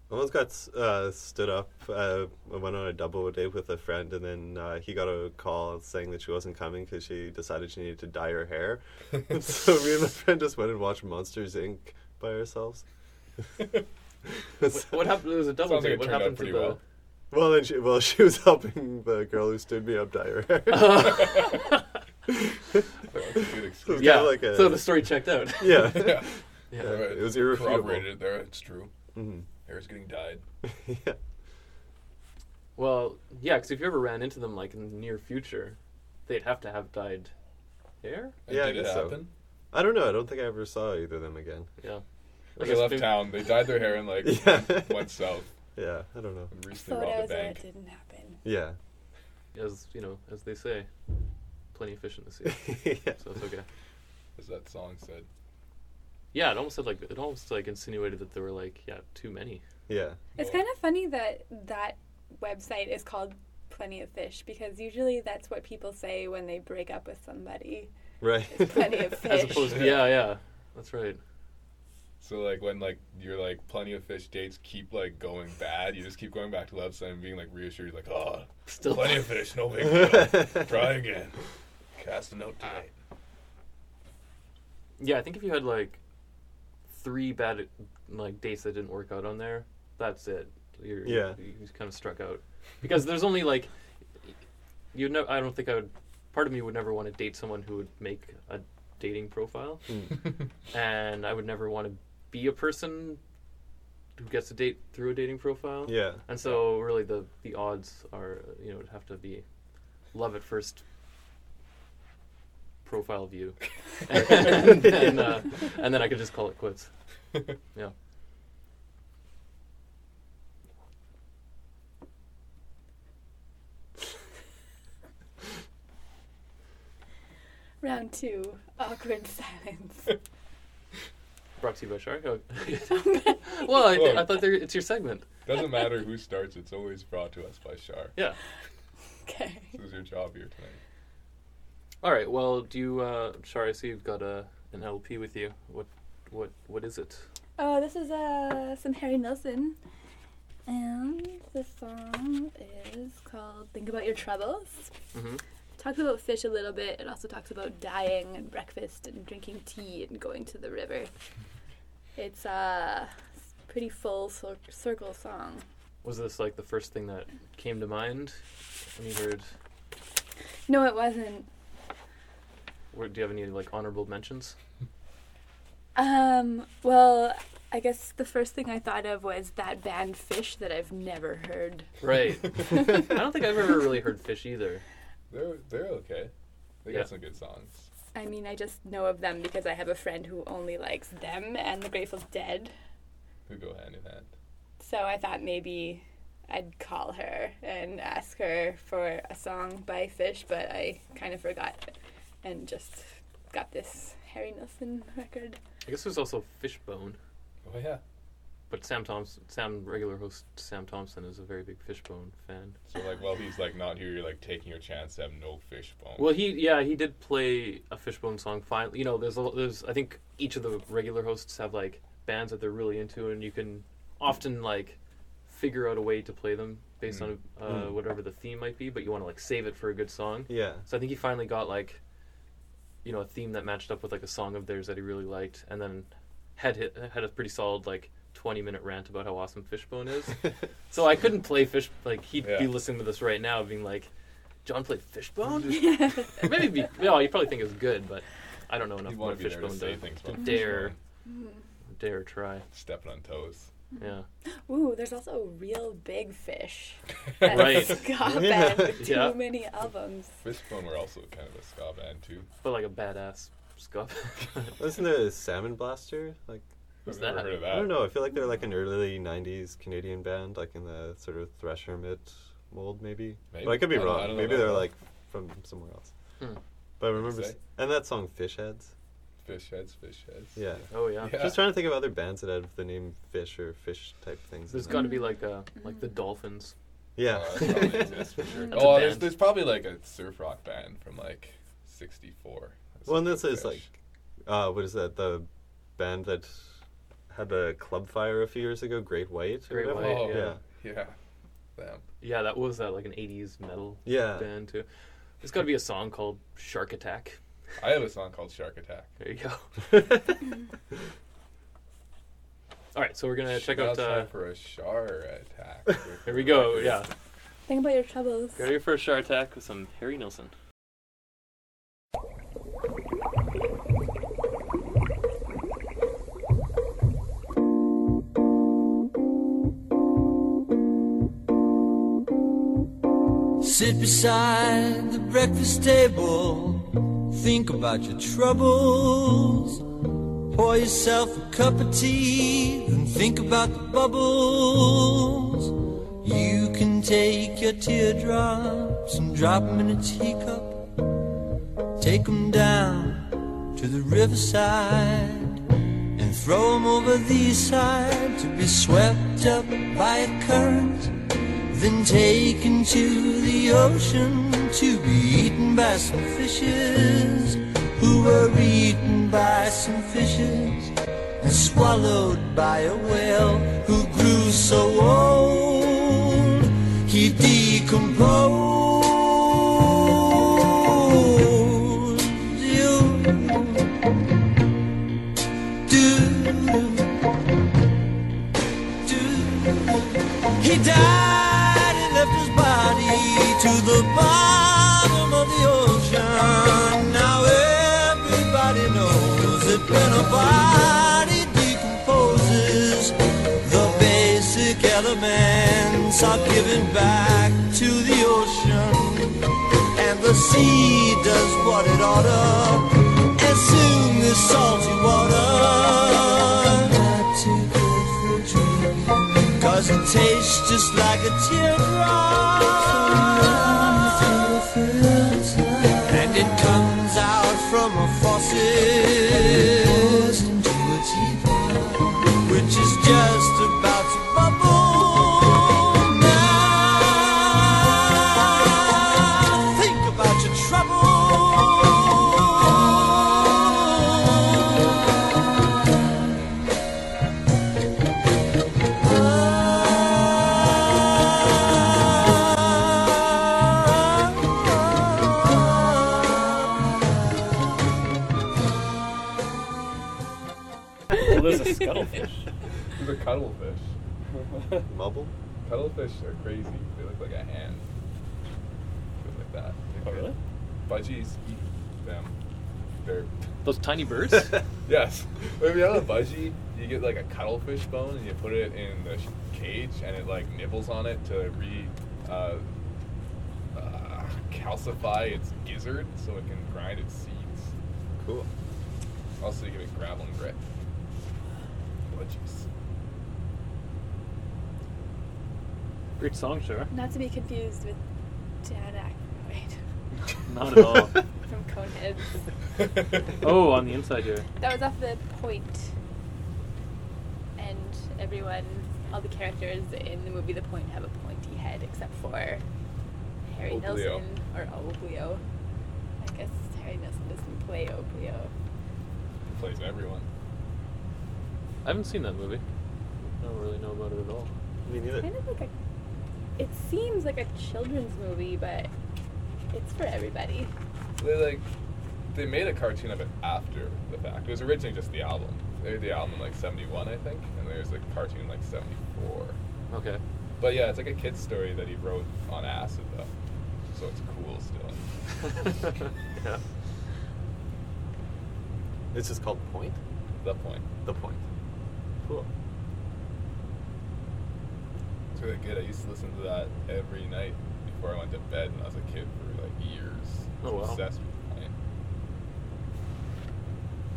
G: Almost got s- uh, stood up. Uh, I went on a double date with a friend, and then uh, he got a call saying that she wasn't coming because she decided she needed to dye her hair. <laughs> and so me and my friend just went and watched Monsters Inc. by ourselves.
A: <laughs> What, what happened? It was a double
D: Sounds like
A: date.
D: it
A: what
D: turned out
A: happened to
D: pretty
A: the?
D: well.
G: Well, then she, well, she was <laughs> helping the girl who stood me up dye her hair.
A: <laughs>
G: <laughs>
D: That's a good excuse.
A: Yeah.
G: Kinda like a-
A: So the story checked out.
G: <laughs> yeah.
D: <laughs> Yeah.
A: Yeah.
G: Yeah.
D: Alright,
G: It was irrefutable.
D: Corroborated there. It's true.
G: Mhm.
D: Hair's getting dyed.
G: <laughs> yeah.
A: Well, yeah, because if you ever ran into them like in the near future, they'd have to have dyed hair.
D: And
G: Yeah, I
D: did it
G: guess so.
D: happen?
G: I don't know. I don't think I ever saw either of them again.
A: Yeah. I
D: When they
A: guess
D: left
A: maybe-
D: town, they dyed their hair and like
G: <laughs> Yeah.
D: <laughs> went south
G: Yeah. I don't know.
D: and recently robbed a
H: Photos of
D: bank.
H: it didn't happen.
G: Yeah.
A: As you know, as they say, plenty of fish in the sea,
G: <laughs> yeah.
A: so it's okay.
D: As that song said.
A: Yeah, it almost said like it almost like insinuated that there were like yeah too many.
G: Yeah.
H: It's kind of funny that that website is called Plenty of Fish because usually that's what people say when they break up with somebody.
G: Right.
H: Plenty
G: <laughs>
H: of
A: <laughs> As
H: fish.
A: opposed, to, yeah, yeah, that's right.
D: So like when like you're like plenty of fish dates keep like going bad, you just keep going back to the website and being like reassured, like, oh,
A: Still,
D: plenty of fish, no big
G: <laughs>
D: deal. Try again. Cast a note
A: Ah,
D: tonight.
A: yeah. I think if you had like three bad like dates that didn't work out on there, that's it. You're,
G: Yeah.
A: you you kind of struck out because there's only like you know. I don't think I would. Part of me would never want to date someone who would make a dating profile,
G: Hmm.
A: and I would never want to be a person who gets a date through a dating profile.
G: yeah.
A: And so, really, the the odds are you know it'd have to be love at first profile <laughs> view, and, then, uh, and then I could just call it quits. Yeah.
H: Round two, awkward <laughs> silence.
A: Brought to you by Shark. Oh. <laughs> well, I, th- I thought there, it's your segment.
D: Doesn't matter who starts, it's always brought to us by Shar.
A: Yeah.
H: Okay.
D: This is your job here tonight.
A: All right. Well, do you, uh, Shari? I see you've got a an LP with you. What, what, what is it?
H: Oh, this is uh some Harry Nilsson, and the song is called "Think About Your Troubles."
A: Mhm.
H: Talks about fish a little bit. It also talks about dying and breakfast and drinking tea and going to the river. It's a pretty full cir- circle song.
A: Was this like the first thing that came to mind when you heard?
H: No, it wasn't.
A: Or do you have any like honorable mentions?
H: Um, well, I guess the first thing I thought of was that band Fish that I've never heard.
A: <laughs>
D: <laughs>
A: Right. I don't think I've ever really heard fish either.
D: They're they're okay. They
A: Yeah.
D: got some good songs.
H: I mean, I just know of them because I have a friend who only likes them and the Grateful Dead.
D: Who go hand in hand.
H: So I thought maybe I'd call her and ask her for a song by Fish, but I kind of forgot and just got this Harry Nilsson record.
A: I guess there's also Fishbone,
D: Oh yeah.
A: but Sam Thompson, Sam regular host Sam Thompson is a very big Fishbone fan.
D: So like while he's like not here, you're like taking your chance to have no fish bone.
A: Well, he yeah he did play a Fishbone song. Finally, you know, there's a, there's I think each of the regular hosts have like bands that they're really into, and you can often like figure out a way to play them based
D: Hmm.
A: on uh, whatever the theme might be, but you want to like save it for a good song.
G: Yeah.
A: So I think he finally got like, you know, a theme that matched up with like a song of theirs that he really liked, and then had hit, had a pretty solid like twenty minute rant about how awesome Fishbone
G: <laughs>
A: is. so I couldn't play Fish like he'd
D: Yeah.
A: be listening to this right now, being like, John played
D: <laughs>
A: Fishbone. <laughs> Maybe it'd be, no, you probably think it's good, but I don't know enough
D: You
A: about
D: want to be there to
A: Fishbone
D: say
A: to,
D: things
A: to
D: about
A: dare Mm-hmm.
D: Fishbone.
A: dare try.
D: stepping on toes.
A: Yeah,
H: Ooh, there's also a real big Fish.
A: <laughs>
H: That's <laughs>
A: Right.
H: a ska band with too
A: Yeah.
H: many albums.
D: Fishbone were also kind of a ska band too.
A: but like a badass scuff.
G: <laughs> Wasn't there a Salmon Blaster? Like
A: Who's
D: I've never
A: that?
D: heard of that.
G: I don't know. I feel like they're like an early '90s Canadian band, like in the sort of Thresh Hermit mold, maybe.
D: Maybe.
G: But I could be
D: I don't- I
G: wrong.
D: don't know
G: Maybe
D: about
G: they're
D: that.
G: like from somewhere else.
A: Hmm.
G: But I remember,
D: say.
G: s- and that song Fish Heads.
D: Fish heads, fish heads.
G: Yeah.
A: Oh yeah.
D: Yeah.
G: Just trying to think of other bands that have the name Fish or Fish type things. in
A: There's
G: them.
A: got to be like uh like the Dolphins.
G: Yeah. <laughs>
D: Uh, it probably exists for sure.
A: <laughs> That's a
D: oh, there's,
A: band.
D: there's probably like a surf rock band from like '64.
G: well, and this is
D: Fish.
G: like, uh, what is that? The band that had the club fire a few years ago, Great White. or
A: Great
G: whatever?
A: White,
D: Oh,
G: yeah.
D: yeah, them.
A: Yeah, that was that like an '80s metal
G: Yeah.
A: band too. There's got to be a song called Shark Attack.
D: I have a song called Shark Attack.
A: There you go. All right, so we're gonna check
D: Now
A: out.
D: it's
A: Uh,
D: time for a Shark Attack.
A: here we go. Yeah,
H: Think about your troubles.
A: ready for a Shark Attack with some Harry Nilsson.
F: Sit beside the breakfast table. Think about your troubles. Pour yourself a cup of tea and think about the bubbles. You can take your teardrops and drop 'em in a teacup. Take 'em down to the riverside and throw 'em over the side to be swept up by a current then taken to the ocean to be eaten by some fishes who were eaten by some fishes and swallowed by a whale who grew so old he decomposed. You do do. He died and left his body to the bottom of the ocean. Now everybody knows that when a body decomposes, the basic elements are given back to the ocean and the sea does what it oughta. And soon the salty water got to go for a drink, Cause it tastes just like a teardrop. And it comes out from a faucet into a teapot, which is just about to bubble now.
A: there's a scuttlefish.
D: <laughs> This is a cuttlefish.
G: Mubble?
D: cuttlefish are crazy. They look like a hand. Just like that.
A: Oh, really?
D: Budgies eat them. They're
A: <laughs> Those tiny birds?
D: <laughs> yes. If you have a budgie, you get like a cuttlefish bone and you put it in the sh- cage and it like nibbles on it to re uh, uh, calcify its gizzard so it can grind its seeds.
G: Cool.
D: Also, you give it gravel and grit. Budgies.
A: Great song, sure.
H: Not to be confused with Dan Aykroyd
A: Not at <laughs> all.
H: <laughs> from Coneheads.
A: <laughs> Oh, on the inside here.
H: That was off the point. And everyone, all the characters in the movie The Point have a pointy head except for Harry
D: Oglio.
H: Nelson or Oglio. I guess Harry Nelson doesn't play Oglio.
D: plays everyone.
A: I haven't seen that movie. I don't really know about it at all.
G: Me neither.
H: Kind of like a. It seems like a children's movie, but it's for everybody.
D: They like they made a cartoon of it after the fact. It was originally just the album. They did the album in like '71, I think, and there's a cartoon in, like '74.
A: Okay.
D: But yeah, it's like a kid's story that he wrote on acid though, so it's cool still.
A: <laughs> yeah.
G: It's just called Point?
D: Oh. The point.
G: The Point. Cool.
D: It's really good. I used to listen to that every night before I went to bed when I was a kid for like years.
A: Oh, wow.
D: Obsessed with it.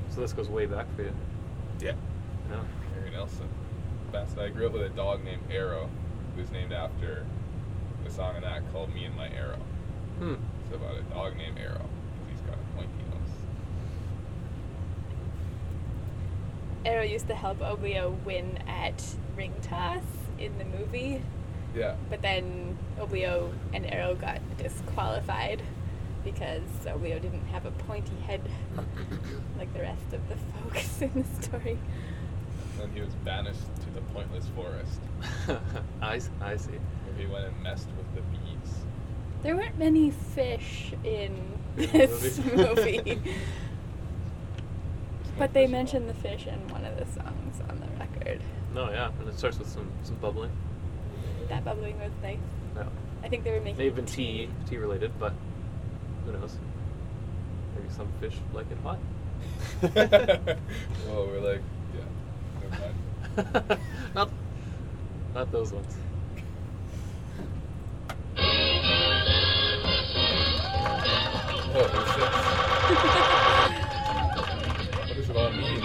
A: So this goes way back for you.
G: Yeah.
A: Yeah.
D: Harry Nelson. Best. I grew up with a dog named Arrow, who's named after the song in that called "Me and My Arrow."
A: Hmm.
D: It's about a dog named Arrow. 'cause He's got a pointy nose.
H: Arrow used to help Oglio win at ring toss in the movie,
D: Yeah.
H: but then Oglio and Arrow got disqualified because Oglio didn't have a pointy head like the rest of the <laughs> folks in the story.
D: Then he was banished to the pointless forest,
A: <laughs> I, s- I see.
D: where he went and messed with the bees.
H: There weren't many fish in <laughs>
A: In the
H: this
A: movie.
H: movie,
D: There's no
H: but they
D: fish at
H: mentioned
D: all.
H: the fish in one of the songs on the record.
A: No, yeah. And it starts with some, some bubbling.
H: That bubbling was nice.
A: Yeah.
H: I think they were making
A: May have been tea, tea related, but who knows? Maybe some fish like it hot.
D: <laughs> well, we're like, yeah, never mind.
A: not, not those ones.
D: Oh, there's six. what does it all mean?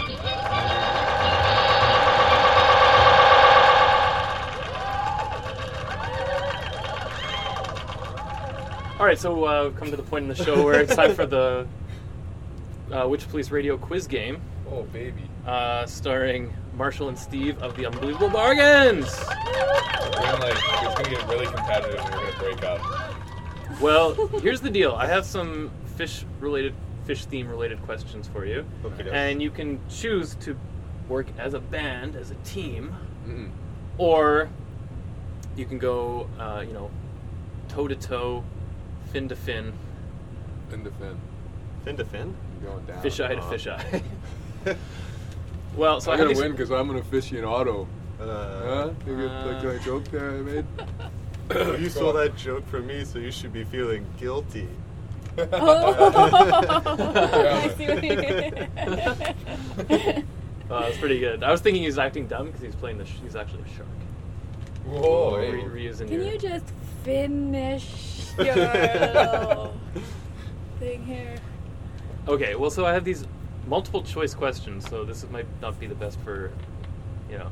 A: All right, so uh, we've come to the point in the show where it's time for the uh, Witch Police Radio quiz game,
D: Oh, baby.
A: uh, starring Marshall and Steve of the Unbelievable Bargains.
D: We're gonna, like, it's gonna get really competitive and we're gonna break up.
A: Well, here's the deal. I have some fish-related, fish theme-related questions for you,
G: Okey-doke.
A: and you can choose to work as a band, as a team,
D: Mm-mm.
A: or you can go, uh, you know, toe to toe, fin to fin,
D: Fin to fin.
G: Fin to fin?
D: You're going down. Uh-huh.
A: fish eye to
G: Aw.
D: <laughs>
A: fish eye. <laughs> well, so I have these-
D: because I'm gonna fish in auto.
G: Uh,
D: You
A: get, like, that
D: joke there I made?
G: <coughs> you stole that joke from me, so you should be feeling
D: <laughs>
G: guilty.
H: Oh,
G: <laughs>
H: <laughs> I see what you mean.
A: <laughs> Uh, that's pretty good. I was thinking he's acting dumb because he's playing the. Sh- he's actually a shark.
D: Whoa!
A: Re-
D: hey.
A: reusing
H: Can
A: your-
H: you just finish your little thing here?
A: Okay, well, so I have these multiple choice questions, so this might not be the best for, you know,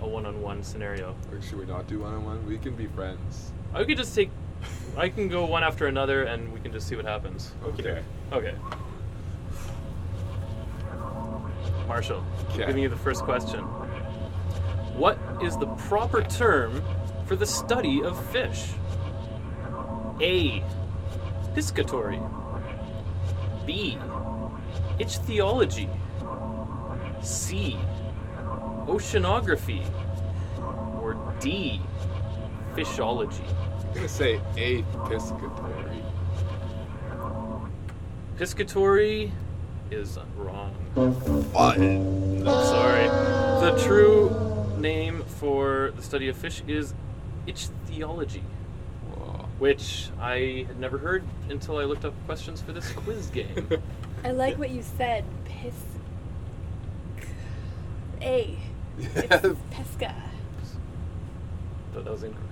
A: a one-on-one scenario.
D: Or should we not do one on one? We can be friends.
A: I could just take. I can go one after another, and we can just see what happens.
D: Okay.
A: Okay. Marshall,
D: Okay.
A: giving you the first question. What is the proper term for the study of fish? A. Piscatory. B. Ichthyology. C. Oceanography. Or D. Fishology.
D: I'm gonna say a piscatory.
A: Piscatory is wrong. Sorry. The true name for the study of fish is ichthyology, which I had never heard until I looked up questions for this quiz game.
H: I like what you said. Pis. A. It's Pesca.
A: but that was incorrect.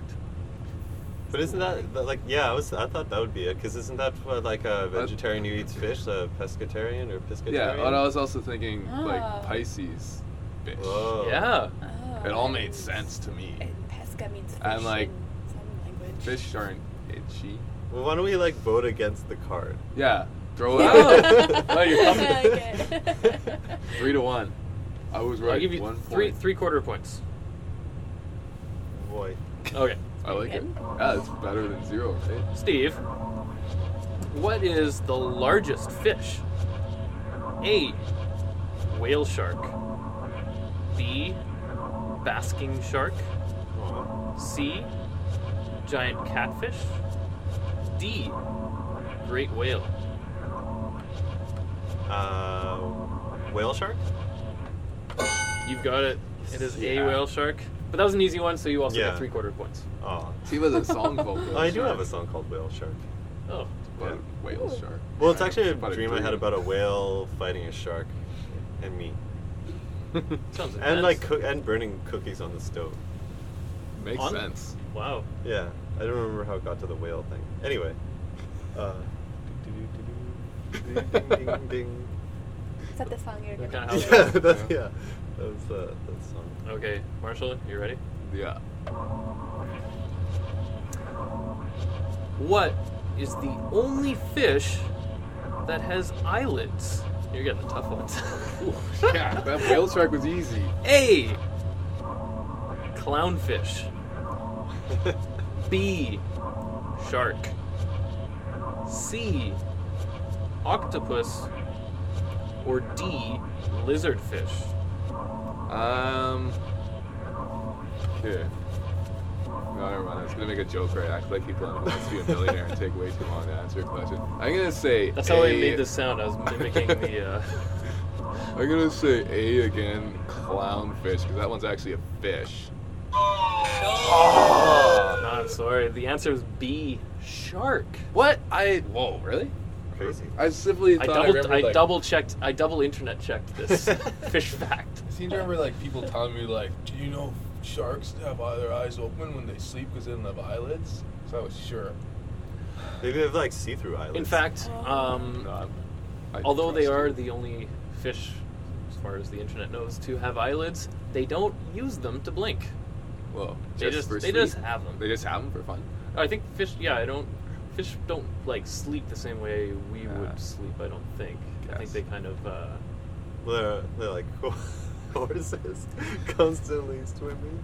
G: But isn't that that, like yeah? I was I thought that would be it because isn't that what like a vegetarian who eats fish, a pescatarian or pescatarian?
D: Yeah, and I was also thinking like
H: Oh.
D: Pisces, bitch.
G: Whoa.
A: Yeah.
H: Oh.
D: It all made sense to me.
H: And pesca means fish.
D: And, like,
H: in some language.
D: Fish aren't itchy.
G: Well, why don't we like vote against the card?
D: Yeah, throw it
A: Oh. <laughs>
D: <laughs> out.
G: <laughs> No, you're
H: I
G: coming.
H: like it.
D: three to one. I was right.
A: I'll give you
D: one
A: three
D: point.
A: three quarter points.
G: Boy,
A: Okay.
D: I like it. Yeah, it's better than zero, right?
A: Steve, what is the largest fish? A. Whale shark. B. Basking shark. C. Giant catfish. D. Great whale.
G: uh, whale shark.
A: You've got it. It is
G: Yeah.
A: a whale shark. But that was an easy one, so you also
G: Yeah.
A: get three quarter points.
G: Oh,
D: He was a song vocal.
G: <laughs> I do have a song called Whale Shark.
A: Oh.
D: But whale shark.
G: Well, it's actually a
D: About a
G: dream I had
D: dream.
G: about a whale fighting a shark, and me,
A: Sounds intense.
G: and like coo- and burning cookies on the stove.
D: Makes
A: On-
D: sense.
A: Wow.
G: Yeah, I don't remember how it got to the whale thing. Anyway, uh, ding, ding, ding, ding.
H: Is that the song you're
A: That
H: doing?
A: kind of
G: <laughs> yeah,
A: helps.
G: that's, yeah, that's uh, that song.
A: Okay, Marshall, you ready?
D: Yeah.
A: What is the only fish that has eyelids? You're getting the tough ones.
D: <laughs> Yeah, that whale shark was easy.
A: A. Clownfish. B. Shark. C. Octopus. Or D. Lizardfish.
D: Um. Okay. No, never mind. I was gonna make a joke right act like he's gonna wants to be a millionaire and take way too long to answer a question. I'm gonna say.
A: That's how I
D: A-
A: made this sound. I was mimicking the. Uh,
D: <laughs> I'm gonna say A again, clownfish, because that one's actually a fish.
A: no, Oh, I'm sorry. The answer is B. Shark.
D: What? I whoa, really?
G: Crazy.
D: I simply
A: I
D: thought I,
A: double
D: remember,
A: I
D: like,
A: double checked I double internet checked
D: <laughs>
A: this fish fact.
D: I seem to remember like people telling me like, do you know sharks have their eyes open when they sleep because they don't have eyelids? So I was sure.
G: Maybe they have like see-through eyelids.
A: In fact, um,
D: Not. Oh, I
A: although they
D: trust
A: are
D: you.
A: the only fish, as far as the internet knows, to have eyelids, they don't use them to blink.
D: Whoa,
A: They just,
D: for
A: they just
D: sleep.
A: have them.
D: they just have them for fun.
A: I think fish. Yeah, I don't. Fish don't like sleep the same way we
D: Yeah.
A: would sleep. I don't think. I think
D: Yes.
A: they kind of. Uh,
G: they're,
D: <laughs>
G: they're like horses, constantly swimming.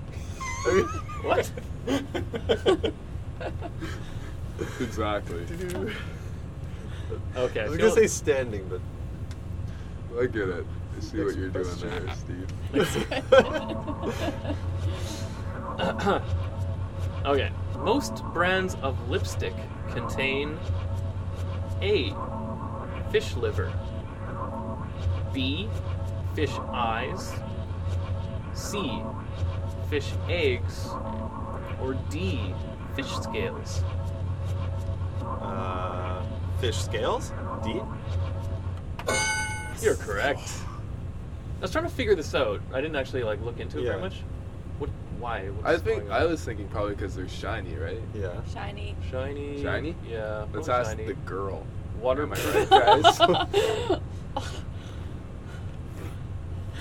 G: I mean,
A: <laughs> what?
D: exactly.
A: Okay.
G: I
A: I
G: was
A: feel-
G: gonna say standing, but
D: I get it. I see what you're doing
G: That's true.
D: there, Steve. <laughs>
A: <laughs> Okay. Most brands of lipstick contain A. Fish liver. B. Fish eyes. C. Fish eggs. Or D. Fish scales.
D: Oh,
G: uh, fish scales. D.
A: You're correct. I was trying to figure this out. I didn't actually like look into it very
G: Yeah.
A: much. What? Why? What's
D: I think
A: going
D: I
A: on?
D: was thinking probably because they're shiny, right?
G: Yeah.
H: <laughs> Shiny.
A: shiny.
D: Shiny?
A: Yeah.
D: Let's
A: probably
D: ask
A: shiny. <laughs>
D: the girl.
A: water.
D: Am I right, guys?
H: <laughs>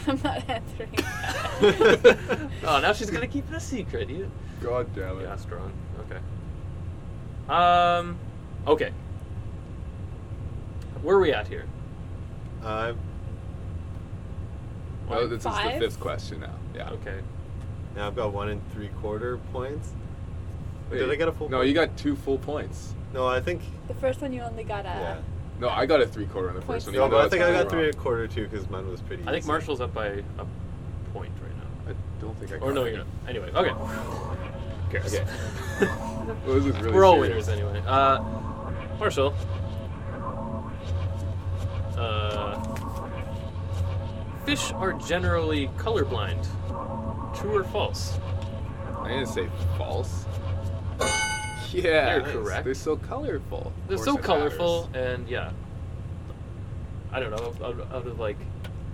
H: I'm not answering.
A: <laughs> oh, now she's gonna keep it a secret. You.
D: God damn it.
A: Yeah, that's strong. Okay. Um, okay. Where are we at here?
G: Uh,
D: Oh, this is the
H: Five?
D: fifth question now. Yeah.
A: Okay.
G: now I've got one and three quarter points. Wait, did
D: Wait,
G: I get a full?
D: No,
G: point?
D: you got two full points.
G: No, I think.
H: the first one you only got a.
G: Yeah.
D: No, I got a three quarter on the
H: Points.
D: first one.
G: No,
D: even
G: but
D: though
G: I think I
D: totally
G: got three and
D: wrong.
G: a quarter too because mine was pretty.
A: I think
G: easy.
A: Marshall's up by a point right now.
D: I don't think I got
A: Or no,
D: it.
A: you're not. Anyway, okay. Cares. <laughs>
D: Okay. <laughs> Well, this is really
A: We're all
D: serious.
A: winners anyway. Uh, Marshall. Uh, Fish are generally colorblind. True or false?
D: I didn't say false. Yeah,
A: You're correct.
D: They're so colorful.
A: They're
D: Of
A: so
D: course it matters.
A: colorful, and yeah. I don't know. Out, out of like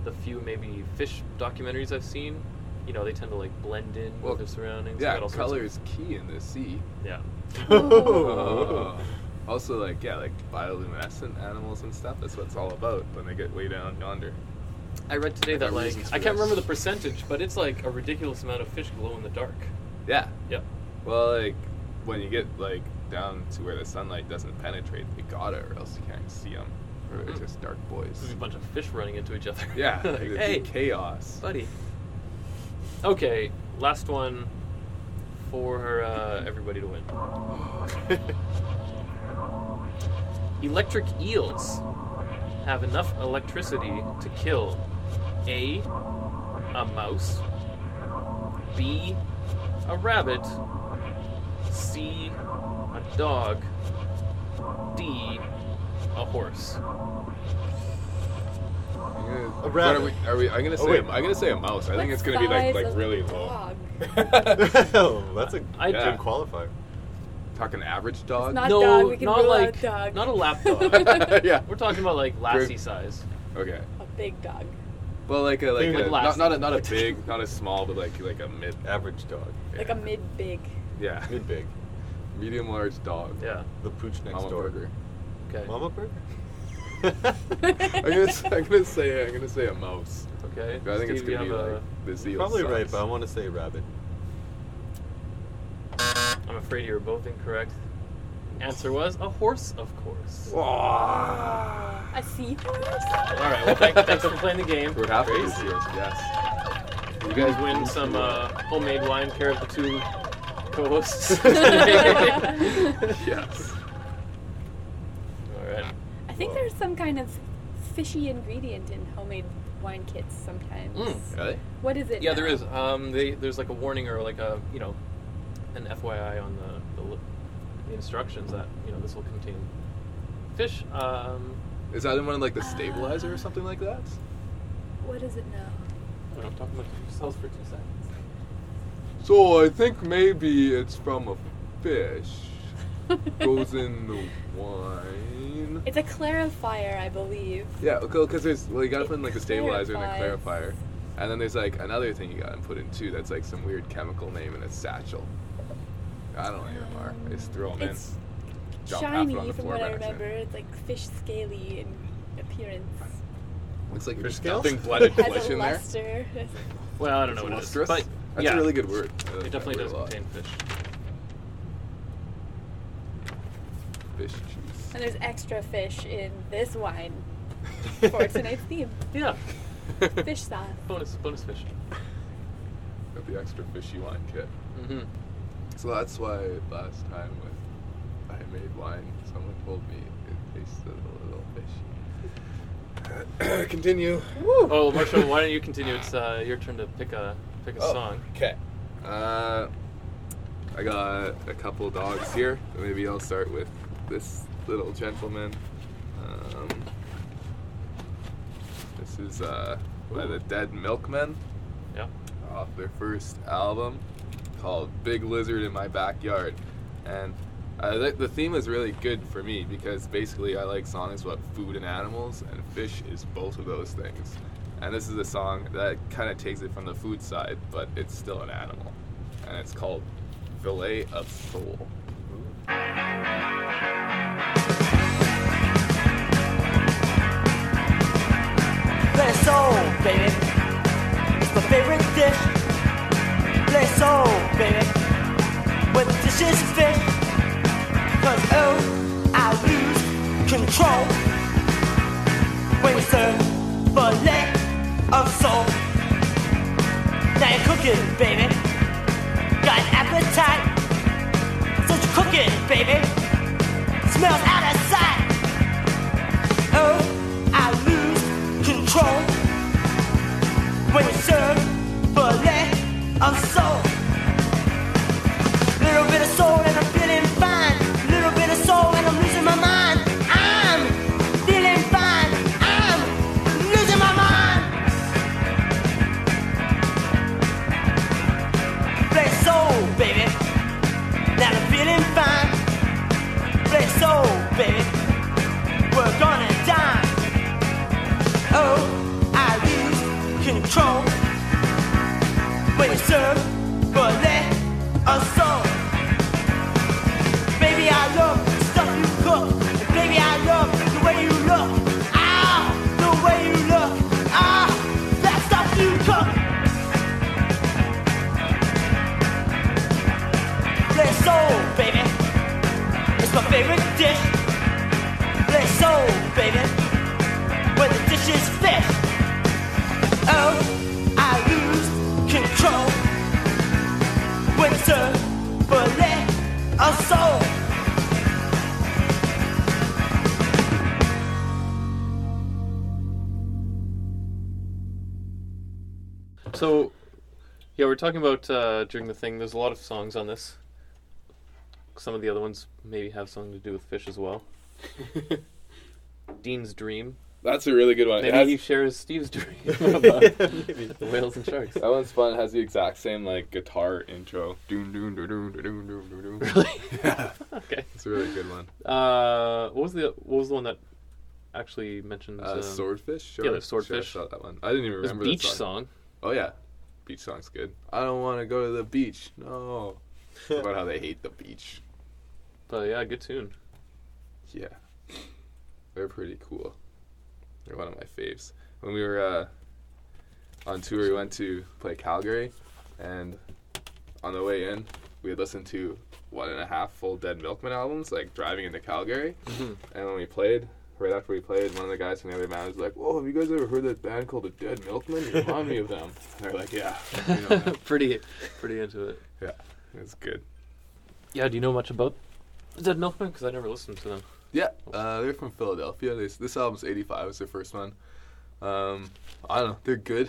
A: the few maybe fish documentaries I've seen, you know, they tend to like blend in
D: Well,
A: with their surroundings.
D: Yeah,
A: They've got all sorts
D: color is key in the sea.
A: Of, yeah.
D: Uh, also, like yeah, like bioluminescent animals and stuff. That's what it's all about when they get way down yonder.
A: I read today
D: There
A: that
D: are
A: like
D: reasons for
A: I can't
D: this.
A: remember the percentage, but it's like a ridiculous amount of fish glow in the dark.
D: Yeah.
A: Yep.
D: Well, like when you get like down to where the sunlight doesn't penetrate, they got it, or else you can't see them, or they're
A: Mhm.
D: just dark
A: There's
D: boys.
A: a bunch of fish running into each other.
D: Yeah.
A: <laughs> Like,
D: like, it'd be
A: hey,
D: chaos.
A: buddy. Okay, last one for uh, everybody to win.
D: <laughs>
A: Electric eels have enough electricity to kill A, a mouse, B, a rabbit, C, a dog, D, a horse.
D: I'm gonna- what are
G: rabbit. Oh,
D: we- Are we? I'm
A: Oh,
D: gonna say.
G: wait.
D: I'm gonna say a mouse. I think it's gonna be like like really low.
G: oh, <laughs> that's a
A: I-
G: good
D: Yeah.
G: qualifier.
D: Talking average dog.
H: not- A dog, we can
A: not
H: rule out
A: like
H: dog.
A: not
H: <laughs>
A: a lap dog.
D: yeah.
A: We're talking about like lassie size.
D: Okay.
H: A big dog.
D: Well, like a like,
A: Like
D: a,
A: last-
D: not not a, not a
A: <laughs>
D: big, not a small, but like like a mid.
G: Average dog.
H: Like a mid big.
D: Yeah.
G: <laughs> Mid big.
D: Medium large dog.
A: Yeah.
G: The pooch next
D: Mama
G: door.
D: burger.
A: Okay.
G: Mama burger?
D: <laughs> I'm gonna,
G: <laughs>
D: s- I'm gonna say I'm gonna say a mouse.
A: Okay.
D: I think it's
A: Steve, you
D: gonna be
A: have a-
D: like the seal.
G: Probably right,
D: size.
G: but I want to say rabbit.
A: I'm afraid you're both incorrect. Answer was a horse, of course. All
H: A seahorse?
A: right. Well, thank, thanks for playing the game.
D: We're halfway to seals. Yes. You guys
A: Win some uh, homemade wine, care of the two co-hosts.
D: <laughs>
A: <laughs>
D: Yes.
A: All right.
H: I think there's some kind of fishy ingredient in homemade wine kits sometimes.
A: Mm.
D: Really?
H: What is it?
A: Yeah, there
H: now?
A: is. Um, they, there's like a warning or like a you know, an FYI on the the, li- the instructions that you know this will contain fish. Um,
D: Is that in one of like the stabilizer or something like that?
H: What is it now? <laughs>
A: we don't talk about yourselves for two seconds.
D: So I think maybe it's from a fish. Goes in the wine.
H: It's a clarifier, I believe.
D: Yeah, because there's well, you gotta put in like a
H: It
D: stabilizer and a
H: clarifies.
D: clarifier, and then there's like another thing you gotta put in too. That's like some weird chemical name in a satchel. I don't know anymore. I just throw them in.
H: It's
D: Drop half it on
H: shiny
D: the
H: from
D: floor
H: what
D: by
H: I
D: accident.
H: remember. It's like fish scaly in appearance.
D: It's like
G: Fish
D: there's
G: scales?
D: nothing blooded
H: Has
D: flesh
H: a
D: in there.
H: luster. <laughs>
A: Well, I don't know what it is,
D: Lustrous.
A: but
D: That's a
A: yeah,
D: really good word. I like
A: it
D: that
A: definitely
D: word a
A: does
D: lot.
A: contain fish.
D: fish juice.
H: And there's extra fish in this
A: <laughs>
H: wine for tonight's theme.
A: Yeah,
H: Fish sauce.
A: bonus bonus fish.
D: <laughs> Got the extra fishy wine kit.
A: hmm
D: So that's why last time when I made wine, someone told me it tasted a little fishy.
A: <coughs>
D: Continue.
A: Oh, Marshall, why don't you continue? It's uh, your turn to pick a pick a song.
D: Oh, Okay. Uh, I got a couple dogs here. Maybe I'll start with this little gentleman. Um, this is uh, by the Dead Milkmen
A: Yeah.
D: off their first album called Big Lizard in My Backyard. And uh, the, the theme is really good for me because basically I like songs about food and animals, and fish is both of those things. And this is a song that kind of takes it from the food side, but it's still an animal. And it's called Fillet of Soul.
J: Play soul, baby. It's my favorite dish. Play soul, baby. With dishes and fish. Cause oh, I lose control. When you serve fillet of soul. Now you're cooking, baby. Got an appetite. So you're cooking, baby. Smells out of sight. Oh, I lose control when you serve fillet of soul. Little bit of soul and I'm feeling fine. Little bit of soul and I'm losing my mind. I'm feeling fine. I'm losing my mind. control when you serve for let us soul. Baby, I love the stuff you cook. And Baby, I love the way you look. Ah, the way you look. Ah, that stuff you cook. Play soul, baby. It's my favorite dish. Play soul, baby. When the dish is finished. Oh, I lose control. When served for let a soul.
A: So, yeah, we're talking about uh, during the thing. There's a lot of songs on this. Some of the other ones maybe have something to do with fish as <laughs> well. Dean's dream.
D: That's a really good one. It
A: Maybe
D: has-
A: he shares
D: <laughs>
A: Steve's dream about the whales and sharks.
D: That one's fun. It has the exact same like guitar intro. Doon doon doon doon doon doon doon. doon.
A: Really?
D: <laughs>
A: <laughs> okay.
D: It's a really good one.
A: Uh, what was the what was the one that actually mentioned
D: Uh,
A: um,
D: swordfish. Sure.
A: yeah, there's
D: Sure, I
A: Swordfish.
D: saw that one. I didn't even
A: It was
D: remember the
A: beach song.
D: Oh yeah, beach song's good. I don't want to go to the beach. No. About how they hate the beach.
A: but yeah, good tune.
D: Yeah. They're pretty cool. They're one of my faves. When we were uh, on tour, we went to play Calgary, and on the way in, we had listened to one and a half full Dead Milkman albums, like driving into Calgary.
A: Mm-hmm.
D: And when we played, right after we played, one of the guys from the other band was like, Whoa, have you guys ever heard that band called the Dead Milkman? You remind me of them. And they're like, Yeah. we
A: <laughs>
D: know them."
A: pretty pretty into it.
D: It's good.
A: Yeah, do you know much about Dead Milkman? Because I never listened to them.
D: Yeah, uh, they're from Philadelphia. They, this album's 85. It's their first one. Um, I don't know. They're good.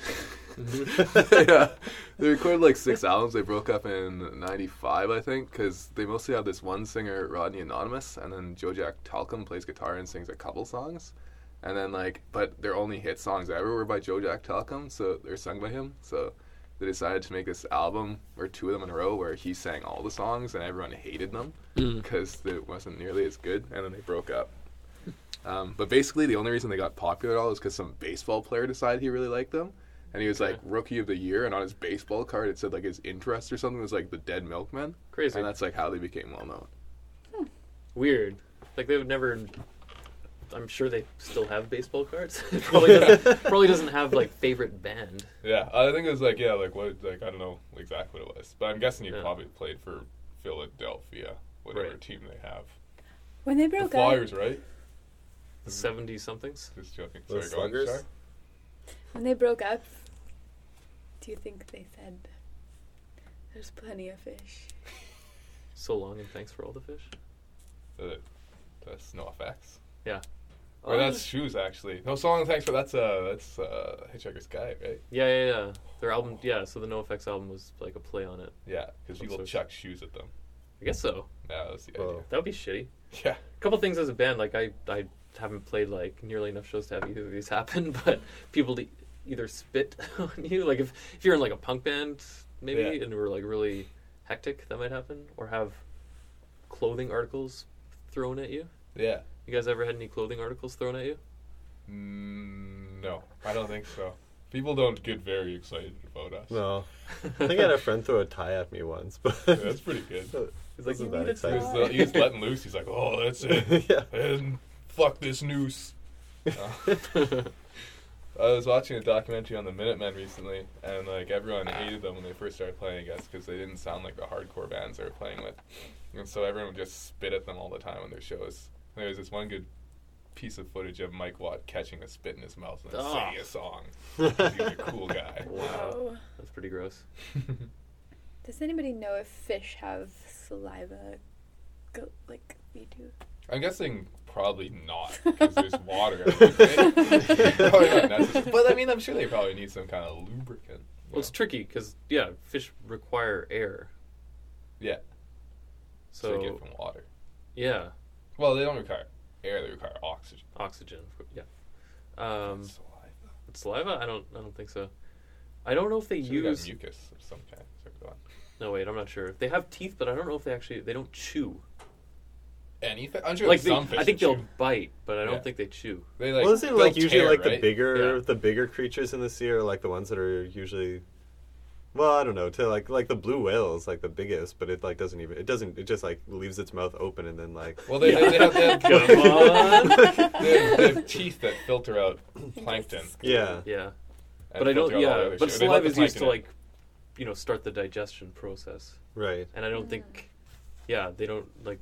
A: Mm-hmm.
D: <laughs> yeah. They recorded like six albums. They broke up in 95, I think, because they mostly have this one singer, Rodney Anonymous, and then Joe Jack Talcum plays guitar and sings a couple songs. And then, like, but their only hit songs ever were by Joe Jack Talcum, so they're sung by him. So they decided to make this album, or two of them in a row, where he sang all the songs and everyone hated them
A: Mm.
D: because it wasn't nearly as good, and then they broke up. Um, but basically, the only reason they got popular at all is because some baseball player decided he really liked them, and he was like rookie of the year, and on his baseball card it said like his interest or something was like the Dead Milkmen,
A: Crazy.
D: and that's like how they became well known.
A: Weird. Like they would never. I'm sure they still have baseball cards. <laughs> It probably doesn't, probably doesn't have like favorite band.
D: Yeah, I think it was like yeah, like what, like I don't know exactly what it was, but I'm guessing he
A: Yeah.
D: probably played for Philadelphia, whatever
A: Right.
D: team they have.
H: When they
D: The
H: broke up,
D: Flyers, right?
A: The 70 somethings.
D: Just joking. Sorry,
G: The
D: go on,
G: Sluggers?
D: Shar.
H: when they broke up, do you think they said, "There's plenty of fish"?
A: So long and thanks for all the fish.
D: Uh, that's no effects.
A: Oh,
D: Or that's shoes actually. No song. Thanks for that's uh that's uh Hitchhiker's Guide, right?
A: Yeah, yeah, yeah. Their album, yeah. So the No Effects album was like a play on it.
D: Yeah, because
A: Some
D: people
A: sort of-
D: chuck shoes at them.
A: I guess so.
D: Yeah, that was the
G: Whoa.
D: idea.
A: That would be shitty.
D: Yeah,
A: A couple things as a band, like I, I haven't played like nearly enough shows to have either of these happen, <laughs> but people to either spit <laughs> on you, like if if you're in like a punk band maybe
D: Yeah.
A: and we're like really hectic, that might happen, or have clothing articles thrown at you.
D: yeah.
A: You guys ever had any clothing articles thrown at you?
D: Mm, no, I don't think so. People don't get very excited about us. <laughs>
A: <laughs>
G: No. I think I had a friend throw a tie at me once, but
D: Yeah, that's pretty good.
G: <laughs>
A: It's like
G: Wasn't
A: you
G: that
A: need a
G: exciting.
A: tie.
D: He's, uh, he's letting loose. He's like, oh,
G: <laughs>
D: that's it.
G: yeah.
D: And fuck this noose. <laughs> Uh, I was watching a documentary on the Minutemen recently, and like everyone hated them when they first started playing, I guess, because they didn't sound like the hardcore bands they were playing with, and so everyone would just spit at them all the time on their shows. And there was this one good piece of footage of Mike Watt catching a spit in his mouth and then
A: Ah.
D: singing a
A: <laughs>
D: song. 'cause He's a cool guy.
A: Wow,
H: Oh.
A: that's pretty gross.
H: Does anybody know if fish have saliva, go, like we do?
D: I'm guessing probably not because there's water. everywhere, right? probably not
A: <laughs>
D: necessary. But I mean, I'm sure they probably need some kind of lubricant.
A: Well, it's tricky because yeah, fish require air,
D: Yeah, so they get
A: so
D: from water.
A: yeah,
D: Well, they don't require air; they require oxygen.
A: oxygen. of cour- Yeah. Um,
D: Saliva.
A: Saliva? I don't. I don't think so. I don't know if they
D: Should we got
A: use.
D: mucus of some kind. So go on.
A: No, wait. I'm not sure. They have teeth, but I don't know if they actually. They don't chew.
D: anything. I'm sure
A: Like
D: there's
A: they,
D: some fish
A: I think
D: that
A: they'll
D: chew.
A: bite, but I don't
D: Yeah.
A: think they chew.
D: They like.
G: well, isn't it like
D: they'll
G: usually
D: tear,
G: like the
D: right?
G: bigger
D: Yeah.
G: the bigger creatures in the sea are like the ones that are usually well, I don't know, to like like the blue whale is like the biggest, but it like doesn't even it doesn't it just like leaves its mouth open and then like
D: Well, they, they, they have, they,
G: <laughs>
D: have,
A: Come on.
D: they have- they have teeth that filter out plankton.
G: yeah.
A: yeah,
D: and
A: but I
D: filter
A: don't.
D: out all the
A: Yeah,
D: other
A: but
D: shit. They let
A: saliva
D: the
A: is used
D: plankton
A: to
D: in.
A: like, you know, start the digestion process,
G: Right.
A: and I don't think. Yeah, they don't like.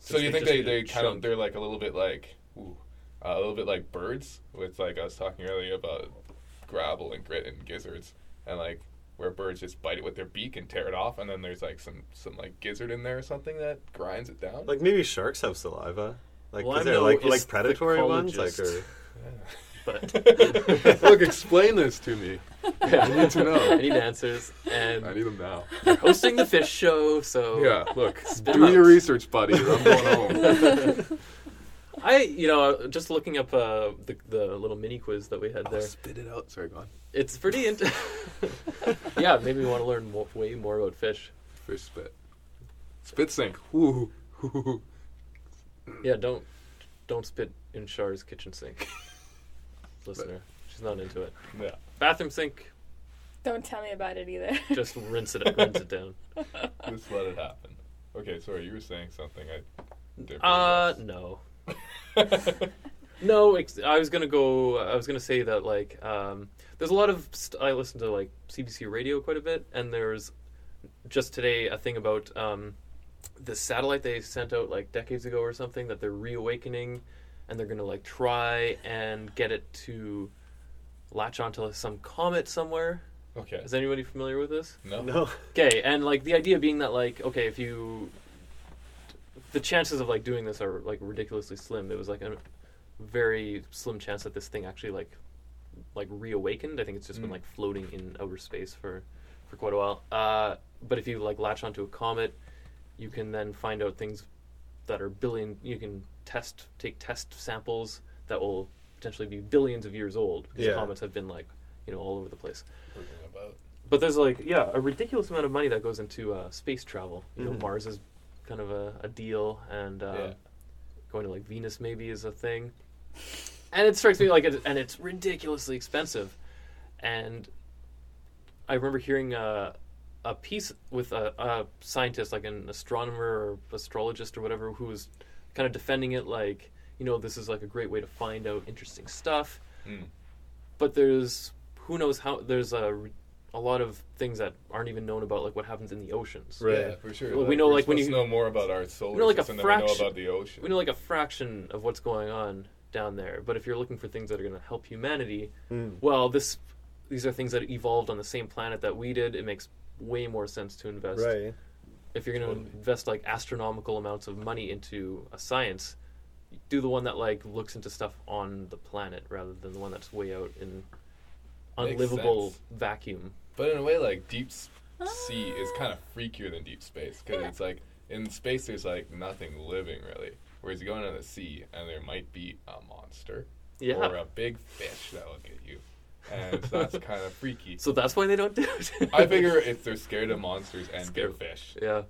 D: So
A: since
D: you think
A: just
D: they,
A: get
D: they kind of
A: shoved-
D: they're like a little bit like ooh, uh, a little bit like birds with like I was talking earlier about gravel and grit and gizzards and like where birds just bite it with their beak and tear it off and then there's like some some like gizzard in there or something that grinds it down.
G: Like maybe sharks have saliva. Like
A: Well,
G: is
A: I
G: there
A: know
G: like
A: it's
G: like
A: the
G: predatory ones? Like
A: cologist.
G: or
D: <laughs>
A: But
K: Look, explain this to me.
A: yeah,
K: I need to
A: I
K: know.
A: need answers, and
K: I need them now.
D: <laughs>
A: we're hosting the fish show, so
K: Yeah, look,
A: Spit 'em
K: do
A: out.
K: your research, buddy. Or I'm going home.
A: <laughs> I, you know, just looking up uh, the the little mini quiz that we had there.
K: Oh, spit it out. Sorry, go on.
A: It's pretty. Int- <laughs> yeah, made me want to learn mo- way more about fish.
K: Fish spit. Spit sink. Ooh. ooh.
A: Yeah, don't don't spit in Char's
K: <laughs>
A: kitchen sink, listener. She's not into it.
D: Yeah.
A: Bathroom sink,
H: Don't tell me about it either. <laughs>
A: just rinse it, rinse it down.
D: Just let it happen. Okay, sorry, you were saying something. I did
A: Uh, no, <laughs> no. Ex- I was gonna go. I was gonna say that like, um, there's a lot of. St- I listen to like CBC radio quite a bit, and there's just today a thing about um, the satellite they sent out like decades ago or something that they're reawakening, and they're gonna like try and get it to latch onto some comet somewhere.
D: okay.
A: Is anybody familiar with this?
D: No.
G: no.
A: Okay, and like the idea being that like okay, if you the chances of like doing this are like ridiculously slim. It was like a very slim chance that this thing actually like like reawakened. I think it's just been
D: Mm.
A: like floating in outer space for for quite a while. Uh, but if you like latch onto a comet, you can then find out things that are billion. You can test take test samples that will potentially be billions of years old because
G: Yeah.
A: comets have been like you know all over the place.
D: Forget about it.
A: But there's like yeah, a ridiculous amount of money that goes into uh, space travel. You know, Mars is kind of a, a deal, and uh,
D: Yeah.
A: going to like Venus maybe is a thing. And it strikes me like, it, and it's ridiculously expensive. And I remember hearing a, a piece with a, a scientist, like an astronomer or astrologist or whatever, who was kind of defending it, like you know, this is like a great way to find out interesting stuff
D: Mm.
A: but there's who knows how there's a, r- a lot of things that aren't even known about like what happens in the oceans
G: Right.
D: Yeah, for sure.
A: Well, we know,
D: we're
A: like, when
D: supposed
A: you-
D: to know more about our solar
A: we know, like, a
D: system than we know
A: fraction-
D: about the ocean.
A: we know like a fraction of what's going on down there but if you're looking for things that are going to help humanity well this these are things that evolved on the same planet that we did it makes way more sense to invest
G: Right.
A: if you're going to invest like astronomical amounts of money into a science do the one that like looks into stuff on the planet rather than the one that's way out in
D: Makes
A: unlivable
D: sense.
A: vacuum
D: But in a way, like deep s- sea is kind of freakier than deep space because it's like in space there's like nothing living really, whereas you go into the sea and there might be a monster
A: yeah
D: or a big fish that will get you, and so that's kind of freaky.
A: So that's why they don't do it.
D: I figure if they're scared of monsters and
A: Scared.
D: big fish.
A: Yeah.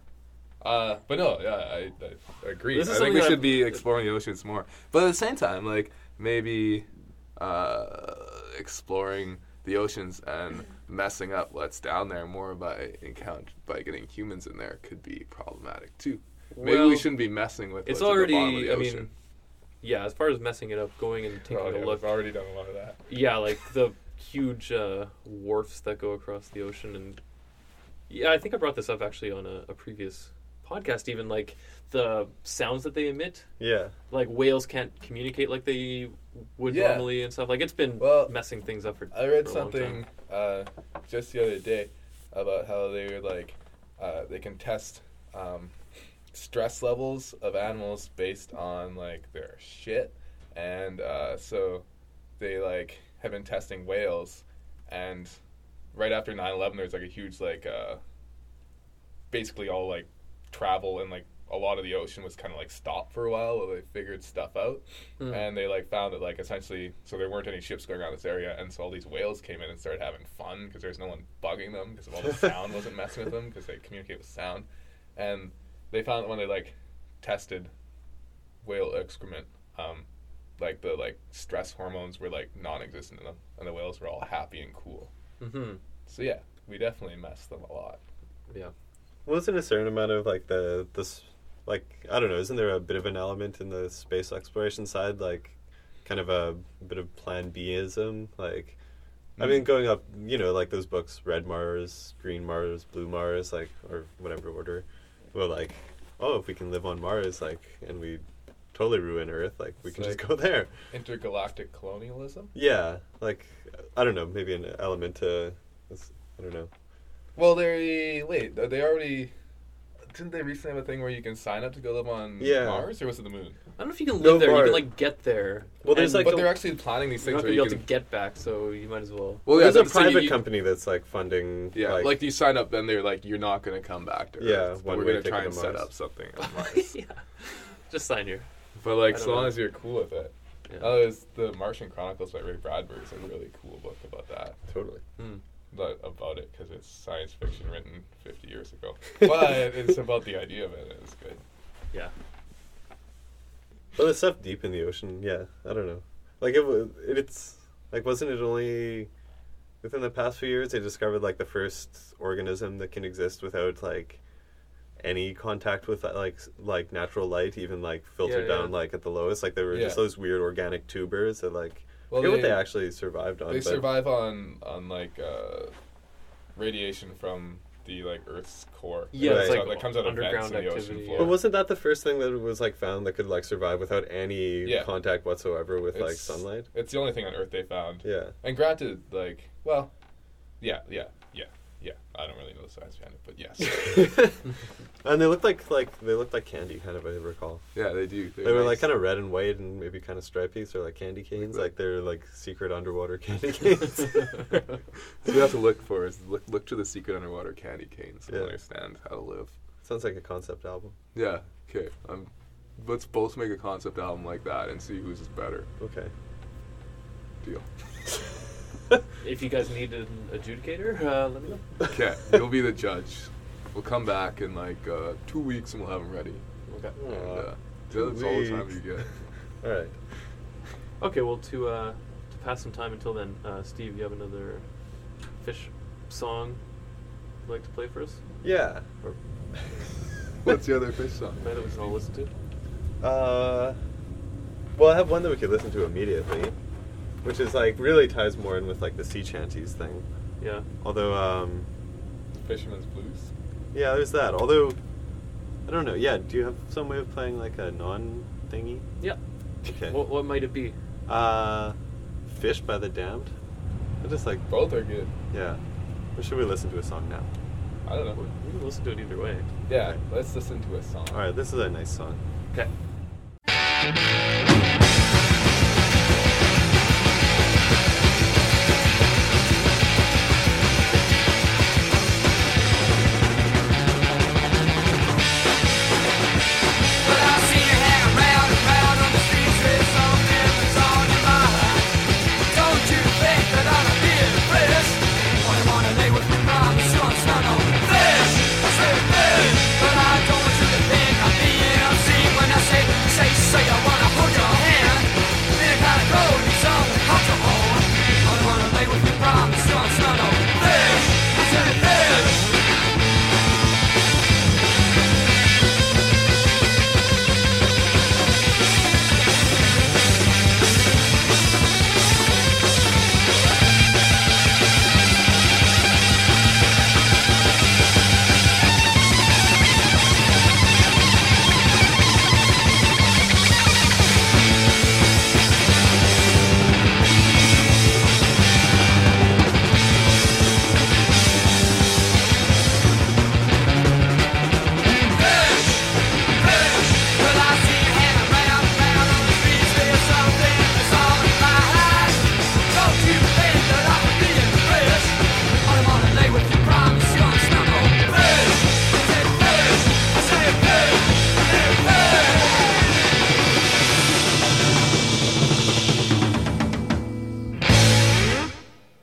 D: Uh, but no, yeah, I, I agree.
A: This is
D: I
A: something
D: think we
A: that-
D: should
K: should be exploring the oceans more. But at the same time, like maybe uh, exploring the oceans and messing up what's down there more by encounter by getting humans in there could be problematic too. Maybe
A: Well,
K: we shouldn't be messing with.
A: It's
K: what's at the bottom of
A: already.
K: the
A: I
K: ocean.
A: mean, yeah. As far as messing it up, going and taking
D: Oh,
A: a
D: yeah,
A: look.
D: We've already done a lot of that.
A: Yeah, like the huge uh, wharfs that go across the ocean, and yeah, I think I brought this up actually on a, a previous podcast. Even like the sounds that they emit,
G: Yeah.
A: like whales can't communicate like they would
D: Yeah.
A: normally and stuff. Like it's been
D: Well,
A: messing things up for.
D: I read
A: for a long
D: something
A: time.
D: uh, just the other day about how they were like uh, they can test um, stress levels of animals based on like their shit, and uh, so they like have been testing whales, and right after 9-11 there's like a huge like uh, basically all like travel and like a lot of the ocean was kind of like stopped for a while while they figured stuff out and they like found that like essentially so there weren't any ships going around this area and so all these whales came in and started having fun because there's no one bugging them because all the sound wasn't messing with them because they communicate with sound and they found that when they like tested whale excrement, um, like the like stress hormones were like non-existent in them, and the whales were all happy and cool.
A: Mm-hmm.
D: So yeah, we definitely messed them a lot.
G: <laughs>
A: Yeah.
G: Wasn't a certain amount of like the this like I don't know, isn't there a bit of an element in the space exploration side like kind of a bit of plan Bism like I
A: Mm.
G: mean going up, you know, like those books Red Mars, Green Mars, Blue Mars like or whatever order. Well like oh, if we can live on Mars like and we totally ruin Earth like we
D: It's
G: can just
D: like-
G: go there.
D: Intergalactic colonialism.
G: Yeah, like I don't know, maybe an element to this, I don't know.
D: Well, they wait. They already didn't they recently have a thing where you can sign up to go live on
G: Yeah.
D: Mars, or was it the moon?
A: I don't know if you can live
G: No
A: there. You
G: bar.
A: can like get there.
G: Well, there's,
A: And
G: like,
D: but
G: a-
D: they're actually planning these
A: you're not
D: things
A: gonna
D: where
A: be
D: you
A: able to
D: can.
A: get back, so you might as well.
D: Well,
G: there's a
D: that's the thing,
G: private
D: you-
G: company that's like funding.
D: Yeah, like,
G: like,
D: you sign up, then they're like, you're not gonna come back to Earth.
G: Yeah,
D: but
G: one
D: we're
G: way
D: gonna
G: ticket
D: try
G: to
D: and set
G: Mars.
D: up something on
A: <laughs>
D: Mars.
A: yeah. Just sign here.
D: but like,
A: I
D: so
A: don't
D: long
A: know.
D: as you're cool with it.
A: Yeah.
D: Otherwise, the Martian Chronicles by Ray Bradbury is a really cool book about that. Hmm.
G: totally.
D: But about it because it's science fiction written 50 years
G: <laughs>
D: ago. But it's about the idea of it. and It's good.
A: Yeah.
G: Well, there's stuff deep in the ocean. Yeah, I don't know. Like it, wa- it it's like wasn't it only within the past few years they discovered like the first organism that can exist without like any contact with like s- like natural light, even like filtered
A: yeah.
G: down like at the lowest. Like there were just
D: Yeah.
G: those weird organic tubers that like.
D: Well,
G: I forget
D: they-
G: what they actually survived on.
D: They
G: but-
D: survive on on like uh, radiation from the like Earth's core.
A: Yeah,
D: That
G: it's
D: comes
G: like
D: out- that comes out of vents
A: underground
D: in the
A: activity,
D: ocean floor.
G: But wasn't that the first thing that was like found that could like survive without any
D: Yeah.
G: contact whatsoever with like
D: It's-
G: sunlight?
D: It's the only thing on Earth they found.
G: Yeah.
D: And granted, like, well, yeah, yeah, yeah, yeah. I don't really know the science behind it, but yes.
G: <laughs> And they looked like like they looked like candy, kind of. I recall
K: Yeah, they do.
G: they were like kind of red and white and maybe kind of stripy, so like candy canes, like they're like
K: <laughs>
G: secret underwater candy canes.
K: So you have to look for is look look to the secret underwater candy canes and
G: Yeah.
K: understand how to live.
G: Sounds like a concept album.
K: Yeah. Okay. Um, let's both make a concept album like that and see who's better.
G: Okay. <laughs>
K: Deal.
A: If you guys need an adjudicator, uh, let me know.
K: Okay. You'll be the judge. We'll come back in like uh, two weeks and we'll have them ready.
A: Okay.
K: And,
G: Aw.
K: uh,
G: two
K: that's all the time
G: weeks.
K: you get.
G: <laughs> All right.
A: Okay. Well, to uh, to pass some time until then, uh, Steve, you have another fish song you'd like to play for us?
G: Yeah.
K: What's the other
G: <laughs>
K: fish song?
A: That we can all listen to.
G: Uh, well, I have one that we could listen to immediately, which is like really ties more in with like the sea shanties thing.
A: Yeah.
G: Although um,
D: Fisherman's Blues.
G: Yeah, there's that. Although, I don't know. Yeah, do you have some way of playing like a non thingy?
A: Yeah.
G: Okay.
A: What what might it be?
G: uh, Fish by the Damned. I just like,
D: Both are good.
G: yeah. Or should we listen to a song now?
D: I don't know.
A: We can listen to it either way.
D: Yeah, let's listen to a song.
G: All right, this is a nice song.
A: Okay.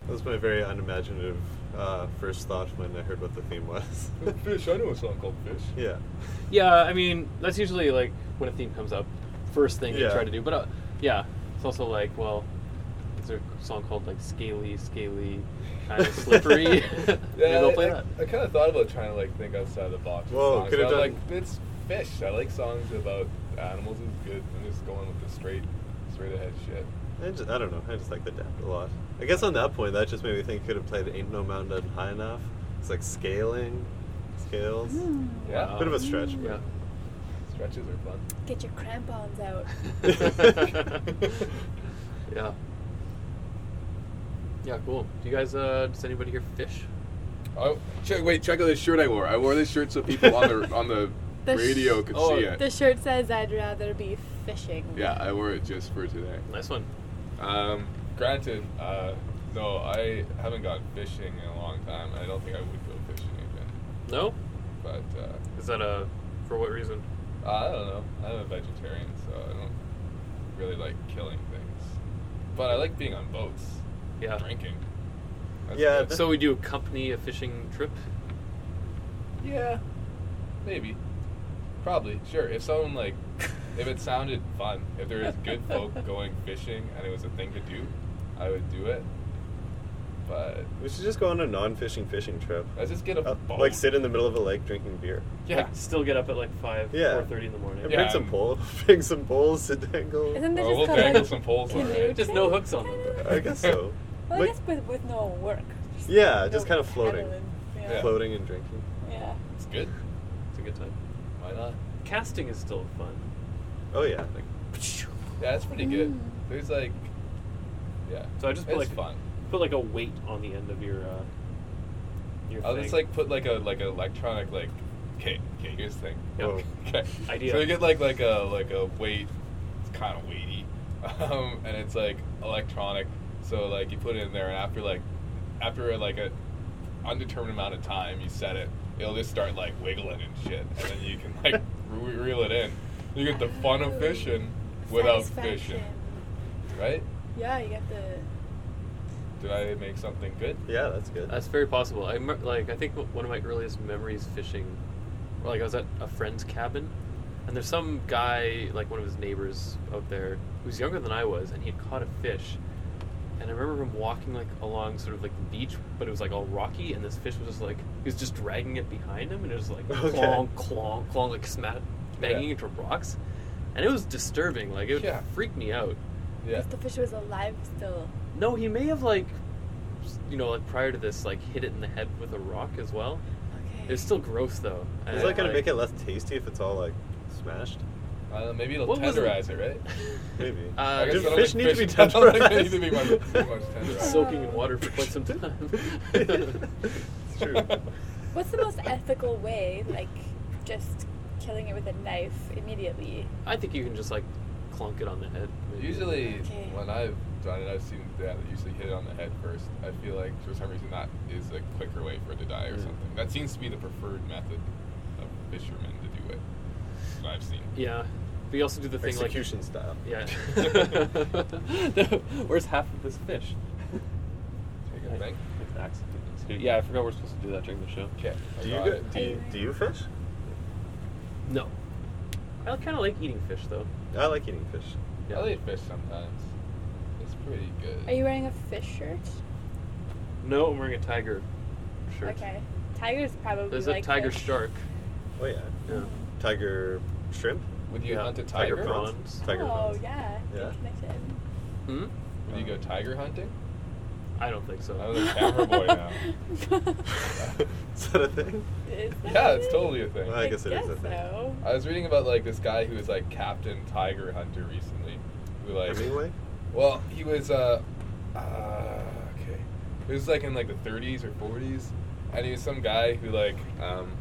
G: That was my very unimaginative uh, first thought when I heard what the theme was. <laughs>
D: Fish. I know a song called Fish.
G: yeah.
A: Yeah, I mean that's usually like when a theme comes up. first thing
G: Yeah.
A: to try to do. But uh, yeah, it's also like, well, is there a song called like Scaly, Scaly,
G: <laughs>
A: kind of slippery? yeah, <laughs> Maybe
D: Yeah,
A: I'll
D: I,
A: play
D: I,
A: that.
D: I kind of thought about trying to like think outside the box. with
G: Whoa,
D: songs.
G: could've
D: I'm
G: done-
D: Like, it's fish. I like songs about animals. Is good. I'm just going with the straight, straight ahead shit.
G: I, just, I don't know. I just like the depth a lot. I guess on that point, that just made me think could have played "Ain't No Mountain High Enough." It's like scaling, scales.
A: Hmm.
D: Yeah,
G: Bit of a stretch,
A: Yeah.
G: but
D: stretches are fun.
H: Get your crampons out.
A: <laughs> yeah. Yeah, cool. Do you guys, uh, does anybody hear fish?
K: Oh, check, wait, check out this shirt I wore. I wore this shirt so people on the on
A: <laughs>
K: the,
H: The sh-
K: radio could
A: Oh,
K: see it.
H: The shirt says, I'd rather be fishing.
K: yeah, I wore it just for today.
A: Nice one.
D: Um, granted, uh, no, I haven't gone fishing in a long time. I don't think I would go fishing again.
A: No?
D: But uh,
A: Is that a, for what reason?
D: I don't know. I'm a vegetarian, so I don't really like killing things. But I like being on boats,
A: Yeah.
D: drinking.
G: Yeah,
D: good.
G: but-
A: So we do accompany a fishing trip?
D: yeah, maybe, probably, sure. If someone like, if it sounded fun, if there was good folk going fishing and it was a thing to do, I would do it. But
G: we should just go on a non-fishing fishing trip.
D: let's just get a
G: Uh,
D: boat.
G: like sit in the middle of a lake drinking beer.
D: Yeah.
A: Like, still get up at like 5,
G: Yeah.
A: 4.30 in the morning.
G: And
D: Yeah.
G: bring some pole, <laughs> bring some poles to dangle.
H: Isn't this
D: Well,
H: just
D: we'll
H: called
D: dangle
H: a
D: some poles on
A: <laughs>
H: canoe
D: it.
A: Just
H: trip?
A: no hooks on them.
G: I guess so.
H: Well, I
G: Like-
H: guess with, with no work. Just
G: Yeah,
H: no
G: just kind of floating.
H: paddling.
D: Yeah.
H: Yeah.
G: Floating and drinking.
H: yeah.
D: It's good.
A: It's a good time.
D: Why not?
A: Casting is still fun.
G: Oh yeah.
A: <laughs>
D: Like, yeah, that's pretty good. There's like, yeah.
A: So I just put
D: it's
A: like
D: fun.
A: put like a weight on the end of your uh, your
D: I'll
A: thing.
D: just like put like a like an electronic like, okay, okay, here's the thing.
A: Yeah.
G: Whoa.
D: <laughs> Okay.
A: Idea.
D: So you get like like a like a weight. It's kind of weighty, <laughs> um, and it's like electronic. So like you put it in there, and after like after like a undetermined amount of time, you set it. It'll just start like wiggling and shit, and then you can
A: <laughs>
D: like re- reel it in. You get the fun of fishing without fishing,
H: Satisfaction.
D: right?
H: Yeah, you got the.
D: Did I make something good?
G: Yeah, that's good.
A: That's very possible. I remem- like I think one of my earliest memories fishing, like I was at a friend's cabin, and there's some guy like one of his neighbors out there who's younger than I was, and he had caught a fish, and I remember him walking like along sort of like the beach, but it was like all rocky, and this fish was just like he was just dragging it behind him, and it was like
G: <laughs> Okay.
A: clong clong clong like smack banging
D: Yeah.
A: into rocks, and it was disturbing. Like it
D: Yeah.
A: freaked me out.
D: Yeah.
H: If the fish was alive still.
A: No, he may have like, s- you know, like prior to this, like hit it in the head with a rock as well.
H: Okay.
A: It's still gross though. And,
G: Is that gonna make it less tasty if it's all like smashed?
D: <laughs> I don't know, maybe it'll
A: What was it?
D: tenderize it, right?
A: <laughs>
G: Maybe.
A: Uh,
D: guess
G: Do
D: I don't
G: fish
D: like
G: need to be
D: <laughs> I don't think they need to be much,
G: tenderized?
D: too
A: <laughs>
D: much tenderized.
A: soaking in water for quite
G: <laughs>
A: some time?
G: it's true.
H: What's the most ethical way? Like, just killing it with a knife immediately.
A: I think you can just like clunk it on the head. maybe.
D: Usually,
H: Okay.
D: when I've done it, I've seen that they usually hit it on the head first. I feel like for some reason that is a quicker way for it to die or
A: Mm.
D: something. That seems to be the preferred method of fishermen to do it. That's what I've seen.
A: Yeah. We also do the thing like.
G: Execution style. <laughs>
D: <laughs>
A: Yeah. <laughs> Where's half of this fish?
D: Take a thing.
A: With axe. Yeah, I forgot we're supposed to do that during the show.
D: Okay.
G: Do you go, do you, do you fish?
A: No. I kind of like eating fish though.
G: I like eating fish.
A: Yeah.
D: I like fish sometimes. It's pretty good.
H: Are you wearing a fish shirt?
A: No, I'm wearing a tiger shirt.
H: Okay. Tiger's probably.
A: There's a
H: like
A: tiger
H: fish.
A: shark.
G: Oh yeah.
A: Yeah.
G: Tiger shrimp.
D: Would you
A: Yeah,
D: hunt a
G: tiger
D: tiger?
G: prawns. Tiger
H: Oh
G: prawns.
H: yeah. Good
G: Yeah.
H: connection.
A: Hmm?
D: Would you go tiger hunting?
A: I don't think so.
D: I'm the camera boy now.
G: <laughs>
D: <laughs>
G: Is that a thing?
H: Is that
D: Yeah, it's
H: it?
D: totally a thing.
G: Well, I guess it is a thing.
H: so.
D: I was reading about like this guy who was like Captain Tiger Hunter recently. Who like
G: Hemingway?
D: Well, he was uh, uh okay. It was like in like the 30s or 40s, and he was some guy who like um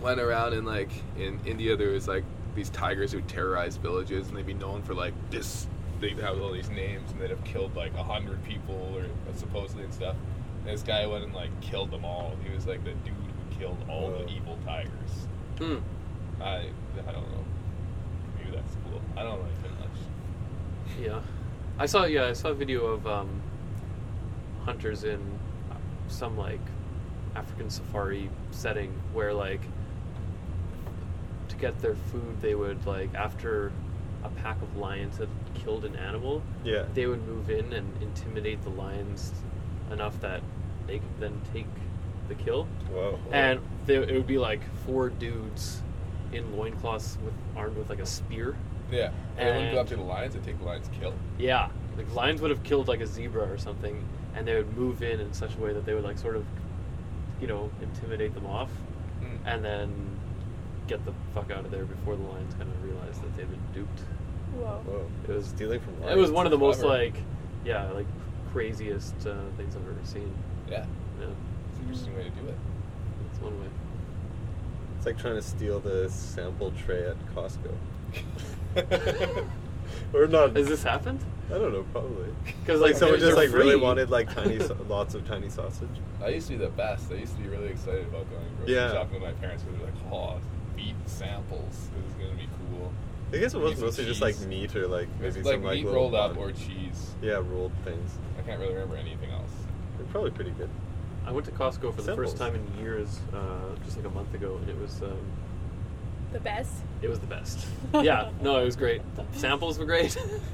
K: Went around and like in India, there was like these tigers who terrorized villages, and they'd be known for like this.
D: they'd have all these names and they'd have killed like a hundred people or supposedly and stuff. And this guy went and like killed them all. He was like the dude who killed all
G: Whoa.
D: the evil tigers.
A: Hmm.
D: I I don't know. Maybe that's cool. I don't like that much.
A: <laughs> Yeah, I saw. Yeah, I saw a video of um, hunters in some like African safari setting where like to to get their food, they would like after a pack of lions had killed an animal,
G: Yeah.
A: they would move in and intimidate the lions enough that they could then take the kill.
G: Whoa.
A: And they, it would be like four dudes in loincloths with armed with like a spear.
D: Yeah. They wouldn't
A: And-
D: go up to the lions and take the lions' kill.
A: Yeah, like lions would have killed like a zebra or something, and they would move in in such a way that they would like sort of, you know, intimidate them off,
D: Mm.
A: and then get the fuck out of there before the lions kind of realized that they've been duped.
H: Whoa.
G: Whoa.
A: It was
G: Stealing from
A: it was one of the most
D: Clever.
A: like, yeah, like craziest uh, things I've ever seen.
D: Yeah.
A: Yeah,
D: It's an interesting way to do it.
A: that's one way.
G: It's like trying to steal the sample tray at
H: <laughs>
G: Costco. or not.
A: Has this happened?
G: I don't know, probably.
A: <laughs> 'Cause,
G: like
A: like,
G: someone
A: they're-
G: just
A: they're
G: like really
A: free.
G: wanted like
A: <laughs>
G: tiny sa- lots of tiny sausage.
D: I used to be the best. I used to be really excited about going grocery
G: Yeah.
D: shopping with my parents because they're like, oh, meat samples. This is going to be cool.
G: I guess it was
D: Maybe some
G: mostly just like
D: cheese.
G: meat or like
D: It's
G: maybe
D: like
G: some like
D: meat
G: little
D: rolled up
G: bun.
D: or cheese.
G: yeah rolled things.
D: I can't really remember anything else.
G: They're probably pretty good.
A: I went to Costco for the
G: Samples.
A: first time in years, uh, just like a month ago, and it was um,
H: The best.
A: it was the best. Yeah, no, it was great. The samples
D: <laughs>
A: were great. <laughs>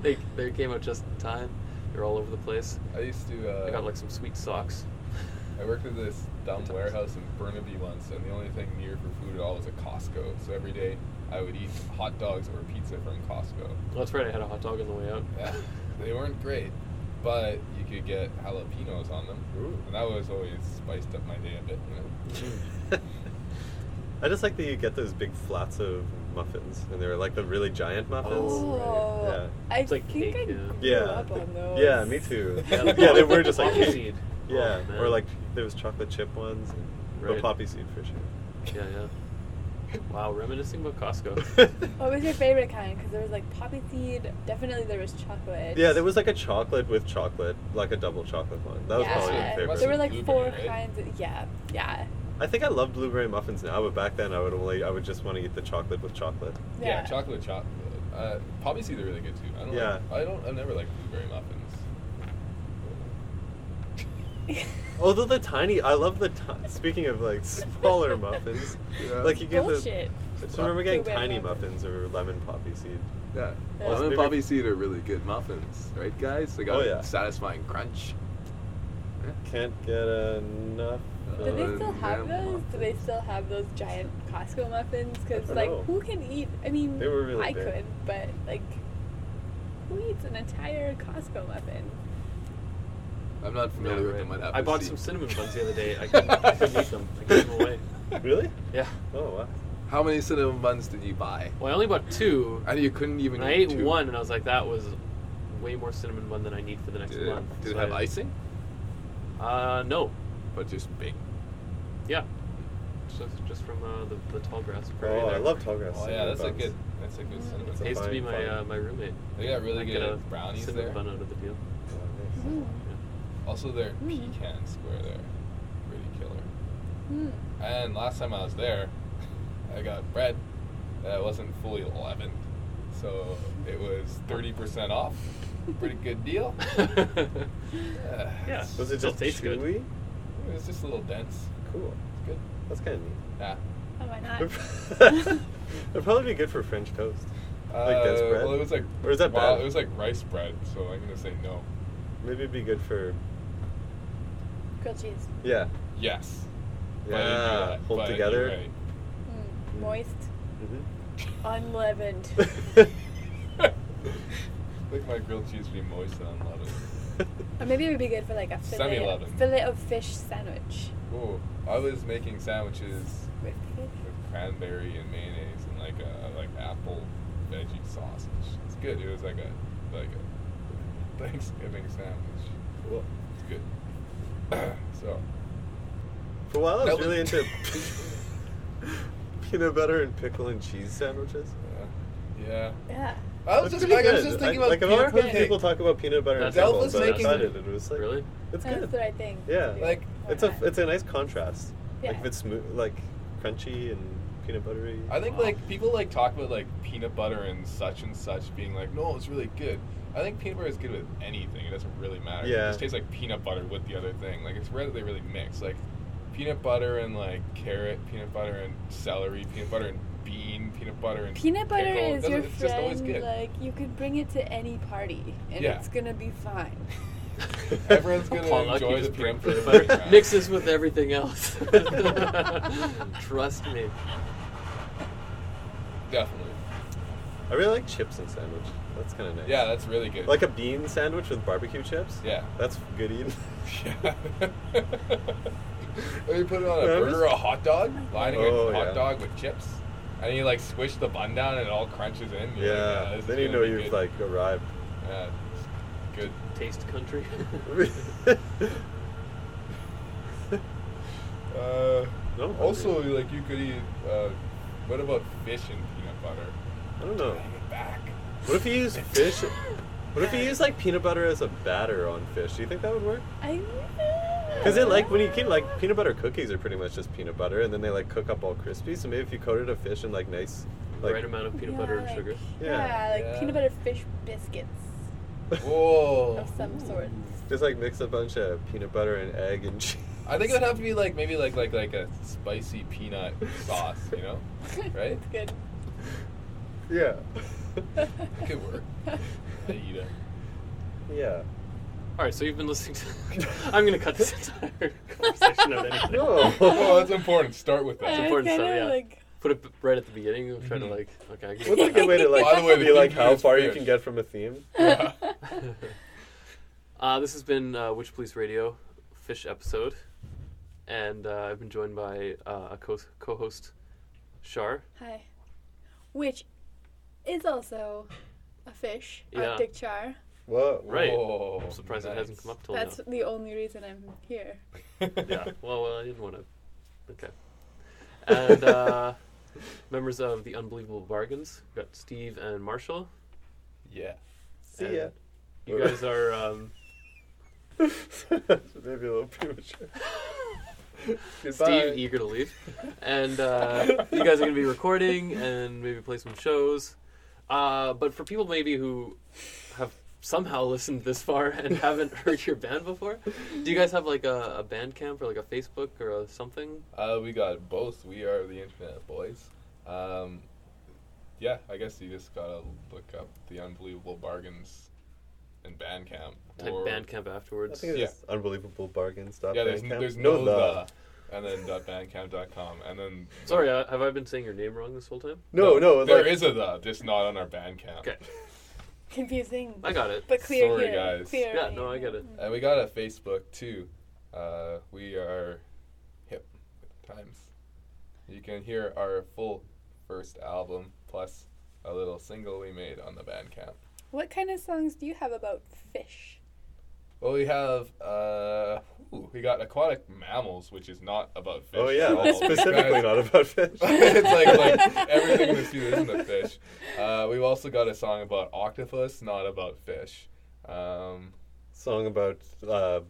A: they they came out just in time. They're all over the place.
D: I used to. Uh,
A: I got like some sweet socks.
D: <laughs> I worked at this dumb warehouse in Burnaby once, and the only thing near for food at all was a Costco. So every day I would eat hot dogs or pizza from Costco.
A: Well, that's right. I had a hot dog on the way out.
D: Yeah, <laughs> they weren't great, but you could get jalapenos on them,
G: Ooh.
D: and that was always spiced up my day a bit. You know?
G: <laughs> I just like that you get those big flats of muffins, and they were like the really giant muffins.
H: Oh, I
A: It's like
H: think
A: cake,
H: I
A: yeah.
H: grew
G: Yeah.
H: up on those.
G: Yeah, me
A: <laughs>
D: <laughs>
G: too.
A: Yeah,
G: Yeah,
A: the
G: they
A: poppy-
G: were just like
A: poppy
G: <laughs> cake.
A: seed.
G: Yeah,
A: Oh,
G: or
A: man.
G: like there was chocolate chip ones, and, but
A: Right.
G: poppy seed for sure.
A: yeah, yeah. Wow, reminiscing about Costco.
G: <laughs>
H: What was your favorite kind? Because there was like poppy seed. Definitely there was chocolate.
G: yeah, there was like a chocolate with chocolate, like a double chocolate one. That was probably my
H: Yeah.
G: favorite.
H: There were like
D: Blueberry,
H: four
D: right?
H: kinds. Of, yeah, yeah,
G: I think I love blueberry muffins now, but back then I would only I would just want to eat the chocolate with chocolate.
D: Yeah, chocolate chocolate. Uh, poppy seeds are really good too. I don't
G: Yeah.
D: like, I don't. I've never liked blueberry muffins.
G: Although the tiny, I love the ti- speaking of
H: <laughs>
G: like smaller muffins,
K: Yeah.
G: like you get
H: Bullshit.
G: the. I just remember getting
H: Blueberry
G: tiny
H: muffins.
G: muffins or lemon poppy seed.
K: Yeah.
H: Yeah.
K: Lemon
G: Maybe-
K: poppy seed are really good muffins, right, guys? They got
G: Oh,
K: a
G: yeah.
K: satisfying crunch.
G: Can't get enough.
K: Do
H: Do they
K: Uh,
H: still have
K: yeah,
H: those? Do they still have those giant Costco muffins? Because
G: I
H: like,
G: dunno.
H: who can eat? I mean,
G: They were really
H: I
G: big.
H: could, but like, who eats an entire Costco muffin?
K: I'm not
A: Yeah,
K: familiar with
A: right.
K: them. I'd have
A: I
K: to
A: bought
K: see.
A: some cinnamon buns the other day. I couldn't, I couldn't eat them. I gave them away.
D: <laughs>
G: Really?
A: Yeah.
G: Oh wow.
K: How many cinnamon buns did you buy?
A: Well, I only bought two,
K: And you couldn't even.
A: and I
K: eat
A: ate
K: two.
A: one, and I was like, that was way more cinnamon bun than I need for the next
K: Did it,
A: month.
K: did it
A: So
K: have
A: I-
K: icing?
A: Uh, no.
K: But just big.
A: Yeah. Just, just from uh, the, the tall grass prairie.
G: Oh, I
A: there.
G: love Tallgrass.
D: Oh yeah, that's a good. That's a good cinnamon.
G: It's a
A: It used to be
G: fine
A: my
G: bun.
A: uh, my roommate.
D: They got really
A: I get a
D: good brownies
A: cinnamon
D: there.
A: bun out of the deal.
D: Also, their pecan square there, really killer.
H: Hmm.
D: And last time I was there, <laughs> I got bread that wasn't fully leavened, so it was thirty percent off. Pretty good
G: <laughs>
D: deal. Yeah,
A: yeah.
D: it's-
G: Was it
A: Still
G: just
A: tastes good.
G: chewy?
D: It was just a little dense.
G: Cool.
D: It's good.
G: That's kind of neat.
D: Yeah.
H: Oh, why not? <laughs>
G: It'd probably be good for French toast. Like dense
D: Uh,
G: bread?
D: Well, it was like
G: Or is that
D: well,
G: bad?
D: It was like rice bread, so I'm gonna say no.
G: Maybe it'd be good for
H: Grilled cheese.
G: yeah,
D: Yes. But I didn't do
G: yeah,
D: that,
G: hold
D: but you're
G: together.
D: right.
H: Mm. Moist,
G: Mm-hmm.
H: unleavened.
D: Like my grilled cheese be moist and unleavened.
G: <laughs>
H: or maybe it would be good for like a fillet,
D: Semi-leavened.
H: fillet of fish sandwich
D: Ooh, I was making sandwiches
H: with fish.
D: with cranberry and mayonnaise and like a like apple veggie sausage. It's good. It was like a like a Thanksgiving sandwich.
G: Cool.
D: It's good. <clears throat> so
G: For a while, I was
D: That was- <laughs>
G: really into <laughs> peanut butter and pickle and cheese sandwiches.
D: uh, yeah.
H: Yeah.
D: I was
G: That's
D: just
G: pretty
D: like, I was
G: good.
D: just thinking
G: I,
D: about
G: like, I've
D: peanut
G: always
D: butter
G: heard
D: cake.
G: people talk about peanut butter and
A: That
G: pickle,
D: was
G: but I
D: making-
G: tried it and it was like,
A: Really?
G: it's
H: That's
G: good.
H: the right thing.
G: Yeah,
D: Like
H: Why
G: it's a
H: not?
G: it's a nice contrast. Like
H: Yeah.
G: if it's smooth, like crunchy and peanut buttery.
D: I think
A: Wow.
D: like people like talk about like peanut butter and such and such being like, no, it's really good. I think peanut butter is good with anything. It doesn't really matter.
G: Yeah.
D: It just tastes like peanut butter with the other thing. Like it's rare that they really mix. Like peanut butter and like carrot, peanut butter and celery, peanut butter and beet peanut butter and
H: Peanut butter
D: pickle.
H: is
D: Doesn't-
H: your
D: it's just always
H: friend.
D: good.
H: Like you could bring it to any party, and
D: Yeah.
H: it's gonna be fine.
D: <laughs> Everyone's gonna
A: Potluck, you
D: enjoy the
A: just bring
D: peanut butter. <laughs>
A: peanut butter.
D: background.
A: Mix this with
D: <laughs>
A: everything else. Trust me.
D: Definitely.
G: I really like chips and sandwich. That's kind of nice.
D: Yeah, that's really good.
G: Like a bean sandwich with barbecue chips.
D: yeah.
G: That's good eating.
D: <laughs>
G: <laughs>
D: Yeah. you put it on a
G: Yeah,
D: burger or a hot dog, lining
G: Oh,
D: a hot
G: yeah.
D: dog with chips, and you like squish the bun down and it all crunches in. You're like,
G: yeah.
D: this is
G: then you
D: gonna
G: know
D: be
G: you've
D: good."
G: like arrived.
D: Yeah, it's good.
A: Uh, Taste
D: <laughs>
A: country. <laughs>
D: Uh,
G: No,
D: also, like you could eat. Uh, what about fish and peanut butter?
G: I don't know.
D: Bring it back.
G: What if you
D: <laughs>
G: use fish? What if you use like peanut butter as a batter on fish? Do you think that would work?
H: I.
G: Because it like when you keep like peanut butter cookies are pretty much just peanut butter, and then they like cook up all crispy. So maybe if you coated a fish in like nice, like
A: right amount of peanut butter and
H: like-
A: sugar.
G: Yeah.
H: Yeah, like
D: Yeah.
H: peanut butter fish biscuits
A: Oh.
D: Whoa.
H: of some sort.
G: just like mix a bunch of peanut butter and egg and <laughs> cheese.
D: I think it would have to be like maybe like like like a spicy peanut sauce, you know?
H: <laughs>
D: Right?
H: It's good.
G: Yeah.
D: That <laughs> could work. I eat it.
G: yeah.
A: All right, so you've been listening
G: <laughs>
A: to. I'm going to cut this entire conversation out anyway.
G: No.
A: <laughs>
D: Oh, that's important. Start with that.
H: I
A: important
H: kinda,
A: stuff, yeah.
H: like
A: Put it right at the beginning. I'm trying to like. Okay. I get
G: Mm-hmm. What's a good way to like
D: By the way, the
G: be like
D: theme
G: how
D: is
G: far you
D: fish.
G: can get from
H: <laughs>
G: a theme?
A: Uh, this has been uh, Witch Police Radio Fish episode, and uh, I've been joined by uh, a co- co-host, Shar.
H: hi, which is also a fish,
A: Yeah.
H: Arctic char.
G: What?
A: Right.
D: Whoa,
A: I'm surprised it hasn't come up till
H: That's the only reason I'm here. <laughs>
A: now. yeah. Well, well, I didn't want to. Okay. And
G: <laughs>
A: uh, members of the Unbelievable Bargains we got Steve and Marshall.
D: Yeah.
G: See ya.
A: You guys are.
G: <laughs>
A: Um,
G: Maybe a
A: <laughs>
G: little premature. Goodbye.
A: Steve eager to leave, and uh, you guys are going to be recording and maybe play some shows. Uh, but for people maybe who have somehow listened this far and haven't heard your band before, do you guys have like a, a band camp or like a Facebook or a something?
D: Uh, we got both. We are the Internet Boys. Um, yeah, I guess you just gotta look up the unbelievable bargains in Bandcamp.
A: Type band camp
G: I
A: afterwards.
G: think it's
D: Yeah.
G: just unbelievable bargain stuff.
D: Yeah, there's,
G: Bandcamp.
D: there's no,
G: the.
D: the. And then dot bandcamp.com. And then.
A: Sorry, uh, have I been saying your name wrong this whole time?
G: No, no.
D: there
G: like,
D: is a uh, the, just not on our Bandcamp.
A: Okay,
H: Confusing,
A: I got it.
H: but clear
D: Sorry,
H: here.
D: guys.
H: Clear
A: Yeah, no, I get it.
D: And we got a Facebook too. Uh, we are hip with the times. You can hear our full first album plus a little single we made on the Bandcamp.
H: What kind of songs do you have about fish?
D: Well, we have uh, ooh, we got aquatic mammals, which is not about fish.
G: Oh
D: at <laughs>
G: yeah,
D: all.
G: that's specifically not about fish.
D: <laughs> it's like
G: <laughs>
D: like everything we see isn't a fish. Uh, we've also got a song about octopus, not about fish. Um,
G: Song about uh,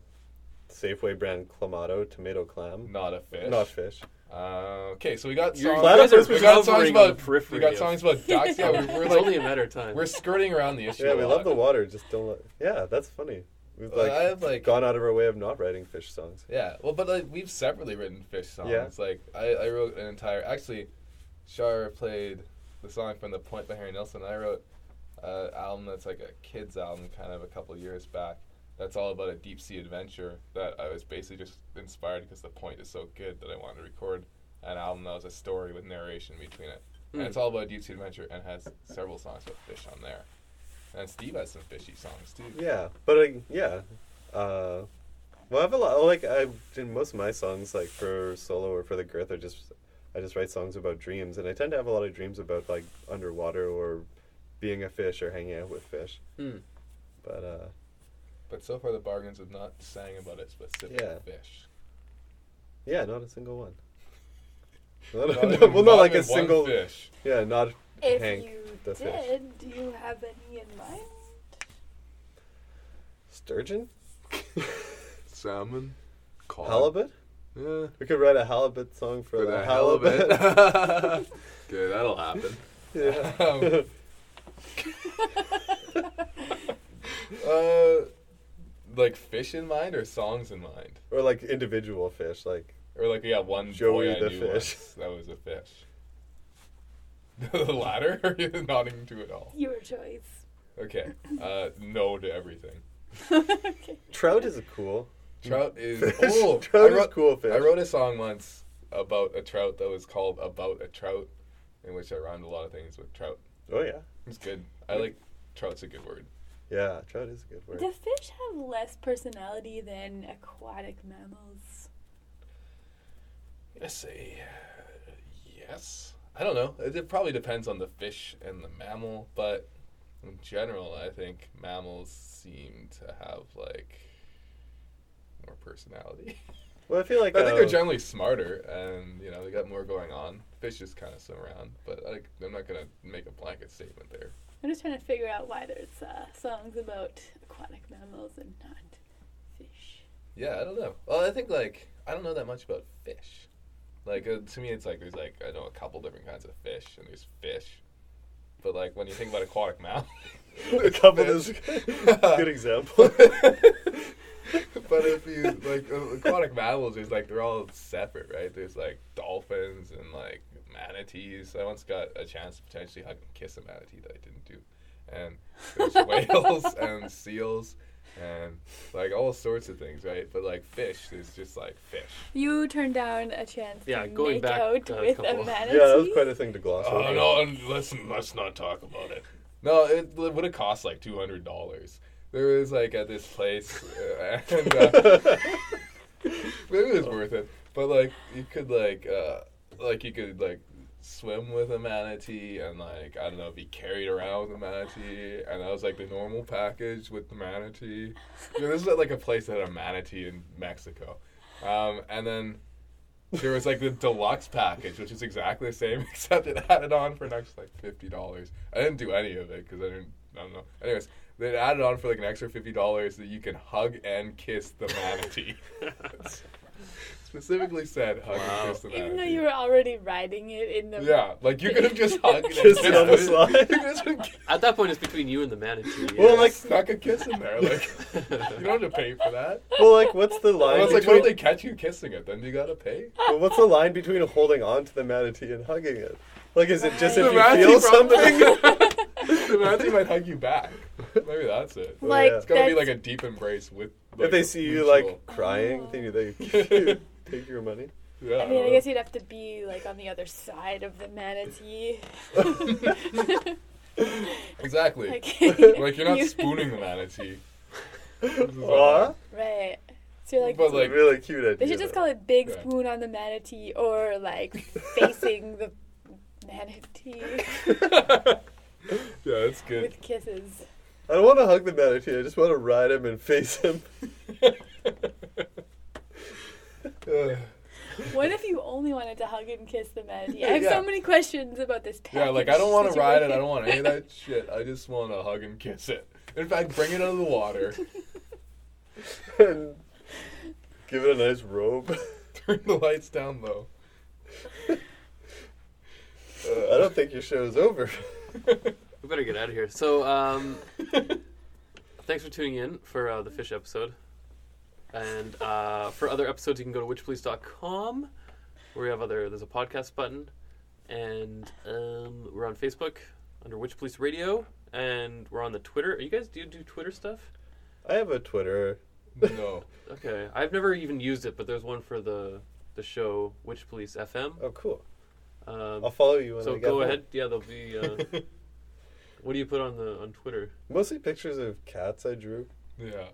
G: Safeway brand Clamato tomato clam.
D: not a fish.
G: Not fish.
D: Uh, okay, so we got
A: You
D: songs.
A: guys are
D: we got songs
A: hovering on the
D: about we
A: periphery
D: got
A: of-
D: songs about
A: <laughs>
D: ducks. Yeah, we,
A: It's
D: are like
A: only a matter of time.
D: we're skirting around the issue.
G: Yeah,
D: a
G: we
D: lot.
G: love the water. Just don't. Let, yeah, that's funny. We've
D: Well,
G: like,
D: I have, like-
G: gone out of our way of not writing fish songs.
D: Yeah, well, but like we've separately written fish songs.
G: Yeah.
D: Like I, I wrote an entire. Actually, Shar played the song from the Point by Harry Nilsson. I wrote an album that's like a kids album, kind of a couple years back. That's all about a deep sea adventure that I was basically just inspired because the point is so good that I wanted to record an album that was a story with narration between it. And it's all about a deep sea adventure and has several songs about fish on there. And Steve has some fishy songs too.
G: Yeah, but like, yeah, uh, well, I have a lot. Like, I in most of my songs, like for solo or for the girth, are just I just write songs about dreams, and I tend to have a lot of dreams about like underwater or being a fish or hanging out with fish.
A: Hmm.
G: But uh,
D: But so far, the bargains have not sang about a specific
G: Yeah.
D: fish.
G: yeah, not a single one. <laughs> Not-
D: Not even-
G: <laughs> well, not like a
D: even one
G: single.
D: fish.
G: Yeah, not
H: If
G: Hank
H: you
G: the
H: did,
G: fish.
H: do you have any in mind?
D: <laughs>
G: Sturgeon,
K: Salmon, cod.
G: halibut.
K: Yeah,
G: We could write a halibut song for,
K: for
G: the
K: the
G: halibut. <laughs>
K: halibut. okay, that'll happen.
G: yeah.
D: Um, uh, like fish in mind or songs in mind,
G: Or like individual fish, like
D: or like we got one
G: Joey
D: boy I
G: the
D: knew
G: fish.
D: once that was a fish. <laughs> the latter? <laughs> Or you're nodding to it all?
H: Your choice.
D: Okay. Uh, no to everything.
G: <laughs> Trout is a cool. <laughs>
D: Trout is
G: Fish.
D: oh,
G: Trout
D: I
G: is
D: wrote,
G: cool fish.
D: I wrote a song once about a trout that was called "About a Trout," in which I rhymed a lot of things with trout.
G: Oh yeah,
D: It's good. I like trout's a good word.
G: yeah. Trout is a good word.
H: Do fish have less personality than aquatic mammals?
D: I say uh, yes. I don't know. It, it probably depends on the fish and the mammal, but in general, I think mammals seem to have like more personality. <laughs>
G: Well, I feel like
D: I think they're
G: uh,
D: generally smarter, and you know they got more going on. Fish just kind of swim around, but I, I'm not gonna make a blanket statement there.
H: I'm just trying to figure out why there's uh, songs about aquatic mammals and not fish.
D: Yeah, I don't know. Well, I think like I don't know that much about fish. Like uh, to me, it's like there's like I know a couple different kinds of fish, and there's fish. But like when you think about aquatic <laughs> mammal,
G: a
D: <laughs>
G: couple is good example.
D: but if you like uh, aquatic mammals, is like they're all separate, right? There's like dolphins and like manatees. I once got a chance to potentially hug and kiss a manatee that I didn't do, and
H: <laughs>
D: there's whales and seals and like all sorts of things, right? But like fish, there's just like fish.
H: You turned down a chance
A: Yeah,
H: to
A: going
H: make
A: back,
H: out
A: uh,
H: with
D: <laughs>
A: couple-
H: a manatee.
G: yeah, that was quite a thing to gloss over.
D: Oh no! and Listen, let's not talk about it. No, it, it would have cost like two hundred dollars. There was like at this place, uh, <laughs> and uh, maybe it was worth it. But like you could like uh, like you could like swim with a manatee and like I don't know, be carried around with a manatee. And that was like the normal package with the manatee. You know, this is at like a place that had a manatee in Mexico, um, and then. There was like the deluxe package, which is exactly the same, <laughs> except it added on for an extra like fifty dollars. I didn't do any of it because I didn't. I don't know. Anyways, they added on for like an extra fifty dollars that you can hug and kiss the
G: <laughs>
D: manatee. Specifically said hug and kiss the manatee.
H: Even though you were already riding it in the
D: yeah, <laughs> like you could have just hugged and
G: Kissed it on the
D: kissed
G: slide.
D: You could have just
A: At that point, it's between you and the manatee.
G: <laughs> Well, like-
D: snuck a kiss in there. Like you don't have to pay for that.
G: Well, like, what's the
D: I
G: line?
D: was like, what
G: between,
D: if they catch you kissing it? Then you gotta pay.
G: well, what's the line between holding on to the manatee and hugging it? Like, is it just
D: The
G: if you
D: manatee
G: feel
D: probably-
G: something?
D: <laughs>
G: <laughs>
D: The manatee might hug you back. Maybe that's it.
H: Like
G: Yeah. It's
D: It's gotta be
H: that's-
D: like a deep embrace with. Like,
G: if they see you
D: mutual-
G: like crying,
D: <laughs>
G: then they <laughs> you take your money.
D: yeah,
H: I mean, I guess you'd have to be like on the other side of the manatee. <laughs>
D: exactly. <laughs> Like,
H: Like, <laughs>
D: you're not
H: you-
D: spooning the manatee.
G: <laughs> Aw,
H: right. So you're like,
D: But,
G: like
D: Like-
G: really cute idea.
H: they should just call it Big
D: Yeah.
H: Spoon on the manatee or
G: <laughs>
H: like facing the manatee
D: <laughs> Yeah, that's good.
H: with kisses.
G: I don't want to hug the manatee. I just want to ride him and face
D: <laughs>
G: him. <laughs>
D: Ugh.
H: What if you only wanted to hug and kiss the
G: <laughs>
H: manatee? I have
D: Yeah.
H: so many questions about this package.
D: yeah, like I don't want to ride it. I
H: situation.
D: don't want any of that shit. I just want to hug and kiss it. In fact, bring it out of the water. <laughs>
G: and give it a nice robe. <laughs> Uh,
D: Turn the lights down low.
G: I don't think your show's over. <laughs>
A: We better get out of here. So, um, thanks for tuning in for uh, the fish episode. And uh, for other episodes, you can go to witchpolice.com, where we have other. There's a podcast button, and um, we're on Facebook under Witch Police Radio, and we're on the Twitter. Are you guys do you do Twitter stuff?
G: I have a Twitter.
D: <laughs> No.
A: Okay, I've never even used it, but there's one for the the show Witch Police FM.
G: Oh, cool. I'll
A: Um,
G: follow you when
A: so
G: I get
A: go
G: home.
A: ahead. Yeah, there'll be. Uh,
G: <laughs>
A: what do you put on the on Twitter?
G: Mostly pictures of cats I drew.
D: Yeah.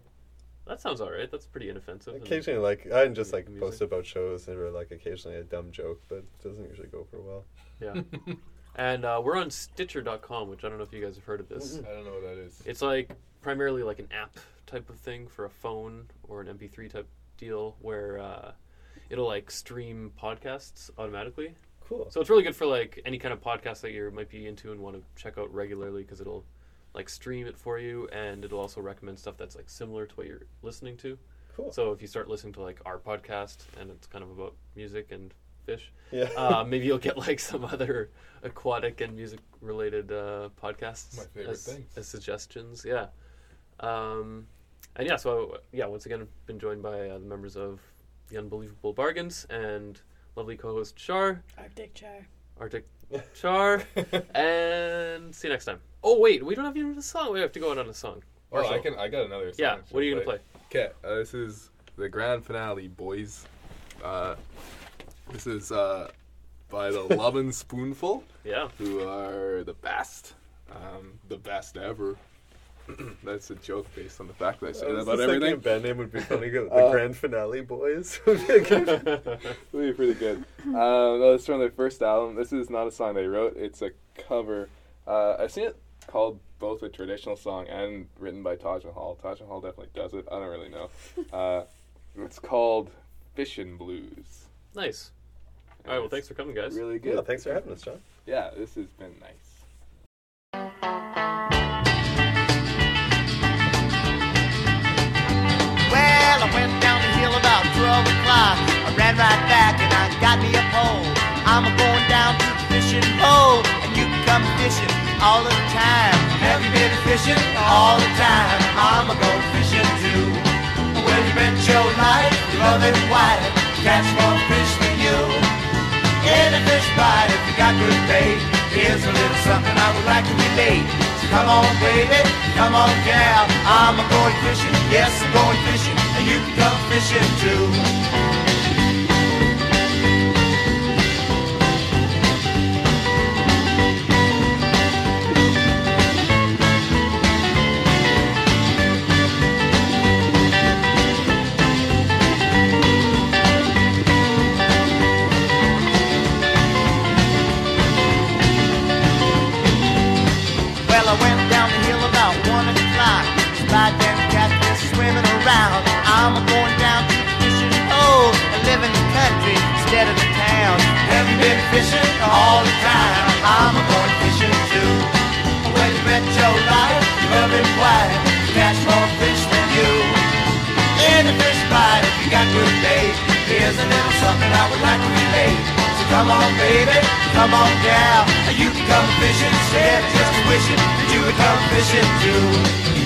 A: That sounds all right. That's pretty inoffensive. and-
G: Occasionally, like I just like
A: Mm. Music.
G: post about shows or like occasionally a dumb joke, but it doesn't usually go for well.
A: Yeah. and uh, we're on Stitcher.com, which I don't know if you guys have heard of this.
G: Mm-hmm.
D: I don't know what that is.
A: It's like primarily like an app type of thing for a phone or an MP3 type deal where uh, it'll like stream podcasts automatically.
G: Cool.
A: So it's really good for like any kind of podcast that you might be into and want to check out regularly because it'll like stream it for you and it'll also recommend stuff that's like similar to what you're listening to.
G: Cool.
A: So if you start listening to like our podcast and it's kind of about music and fish,
G: yeah.
A: uh, maybe you'll get like
G: <laughs>
A: some other aquatic and music related uh, podcasts
D: My favorite
A: as,
D: things.
A: as suggestions. Yeah, um, and yeah. So yeah, once again, I've been joined by uh, the members of the Unbelievable Bargains and lovely co-host Shar.
H: Arctic char.
D: <laughs>
A: Arctic Char. and see you next time. Oh wait, we don't have even a song. We have to go on on a song.
D: Oh, I
A: Marshall.
D: can. I got another. Song
A: Yeah, what are you gonna
D: Okay, uh, this is the grand finale, boys. Uh, this is uh, by the Lovin' Spoonful.
A: Yeah.
D: Who are the best, um, the best ever. <clears throat> That's a joke based on the fact that I
G: Uh,
D: say that about everything.
G: band name would be
D: <laughs>
G: funny. The
D: Uh,
G: grand finale boys. <laughs>
A: <laughs>
D: It would be pretty good. Um, no, it's from their first album. This is not a song they wrote. It's a cover. Uh, I've seen it called both a traditional song and written by Taj Mahal. Taj Mahal definitely does it. I don't really know. Uh, it's called Fishin' Blues.
A: Nice. All right. Well, thanks for coming, guys.
D: Really good.
G: thanks for having us, John.
D: Yeah, this has been nice.
J: Well, I went down the hill about 12 o'clock. I ran right back and I got me a pole. I'm a going down to the fishing hole, and you can come fishing all the time. Have you been fishing all the time? I'm a go fishing too. When you bent your life, love and white, catch more fish than you. In a fish bite, if you got good bait, here's a little something I would like to relate. So come on, baby, come on, gal. I'm a going fishing, yes, I'm going fishing, and you can come fishing too. Well, I went down the hill about one o'clock. Slide down catfish swimming around. I'm a going down to the fishing hole and live in the country instead of the town. Have you been fishing all the time? I'm a going fishing too. When you met your life, you love it wide. Catch more fish than you. In a fish bite, if you got good bait, here's a little something I would like to relate. So come on, baby, come on, gal. You can come fishing instead of just wishing that you would come fishing too.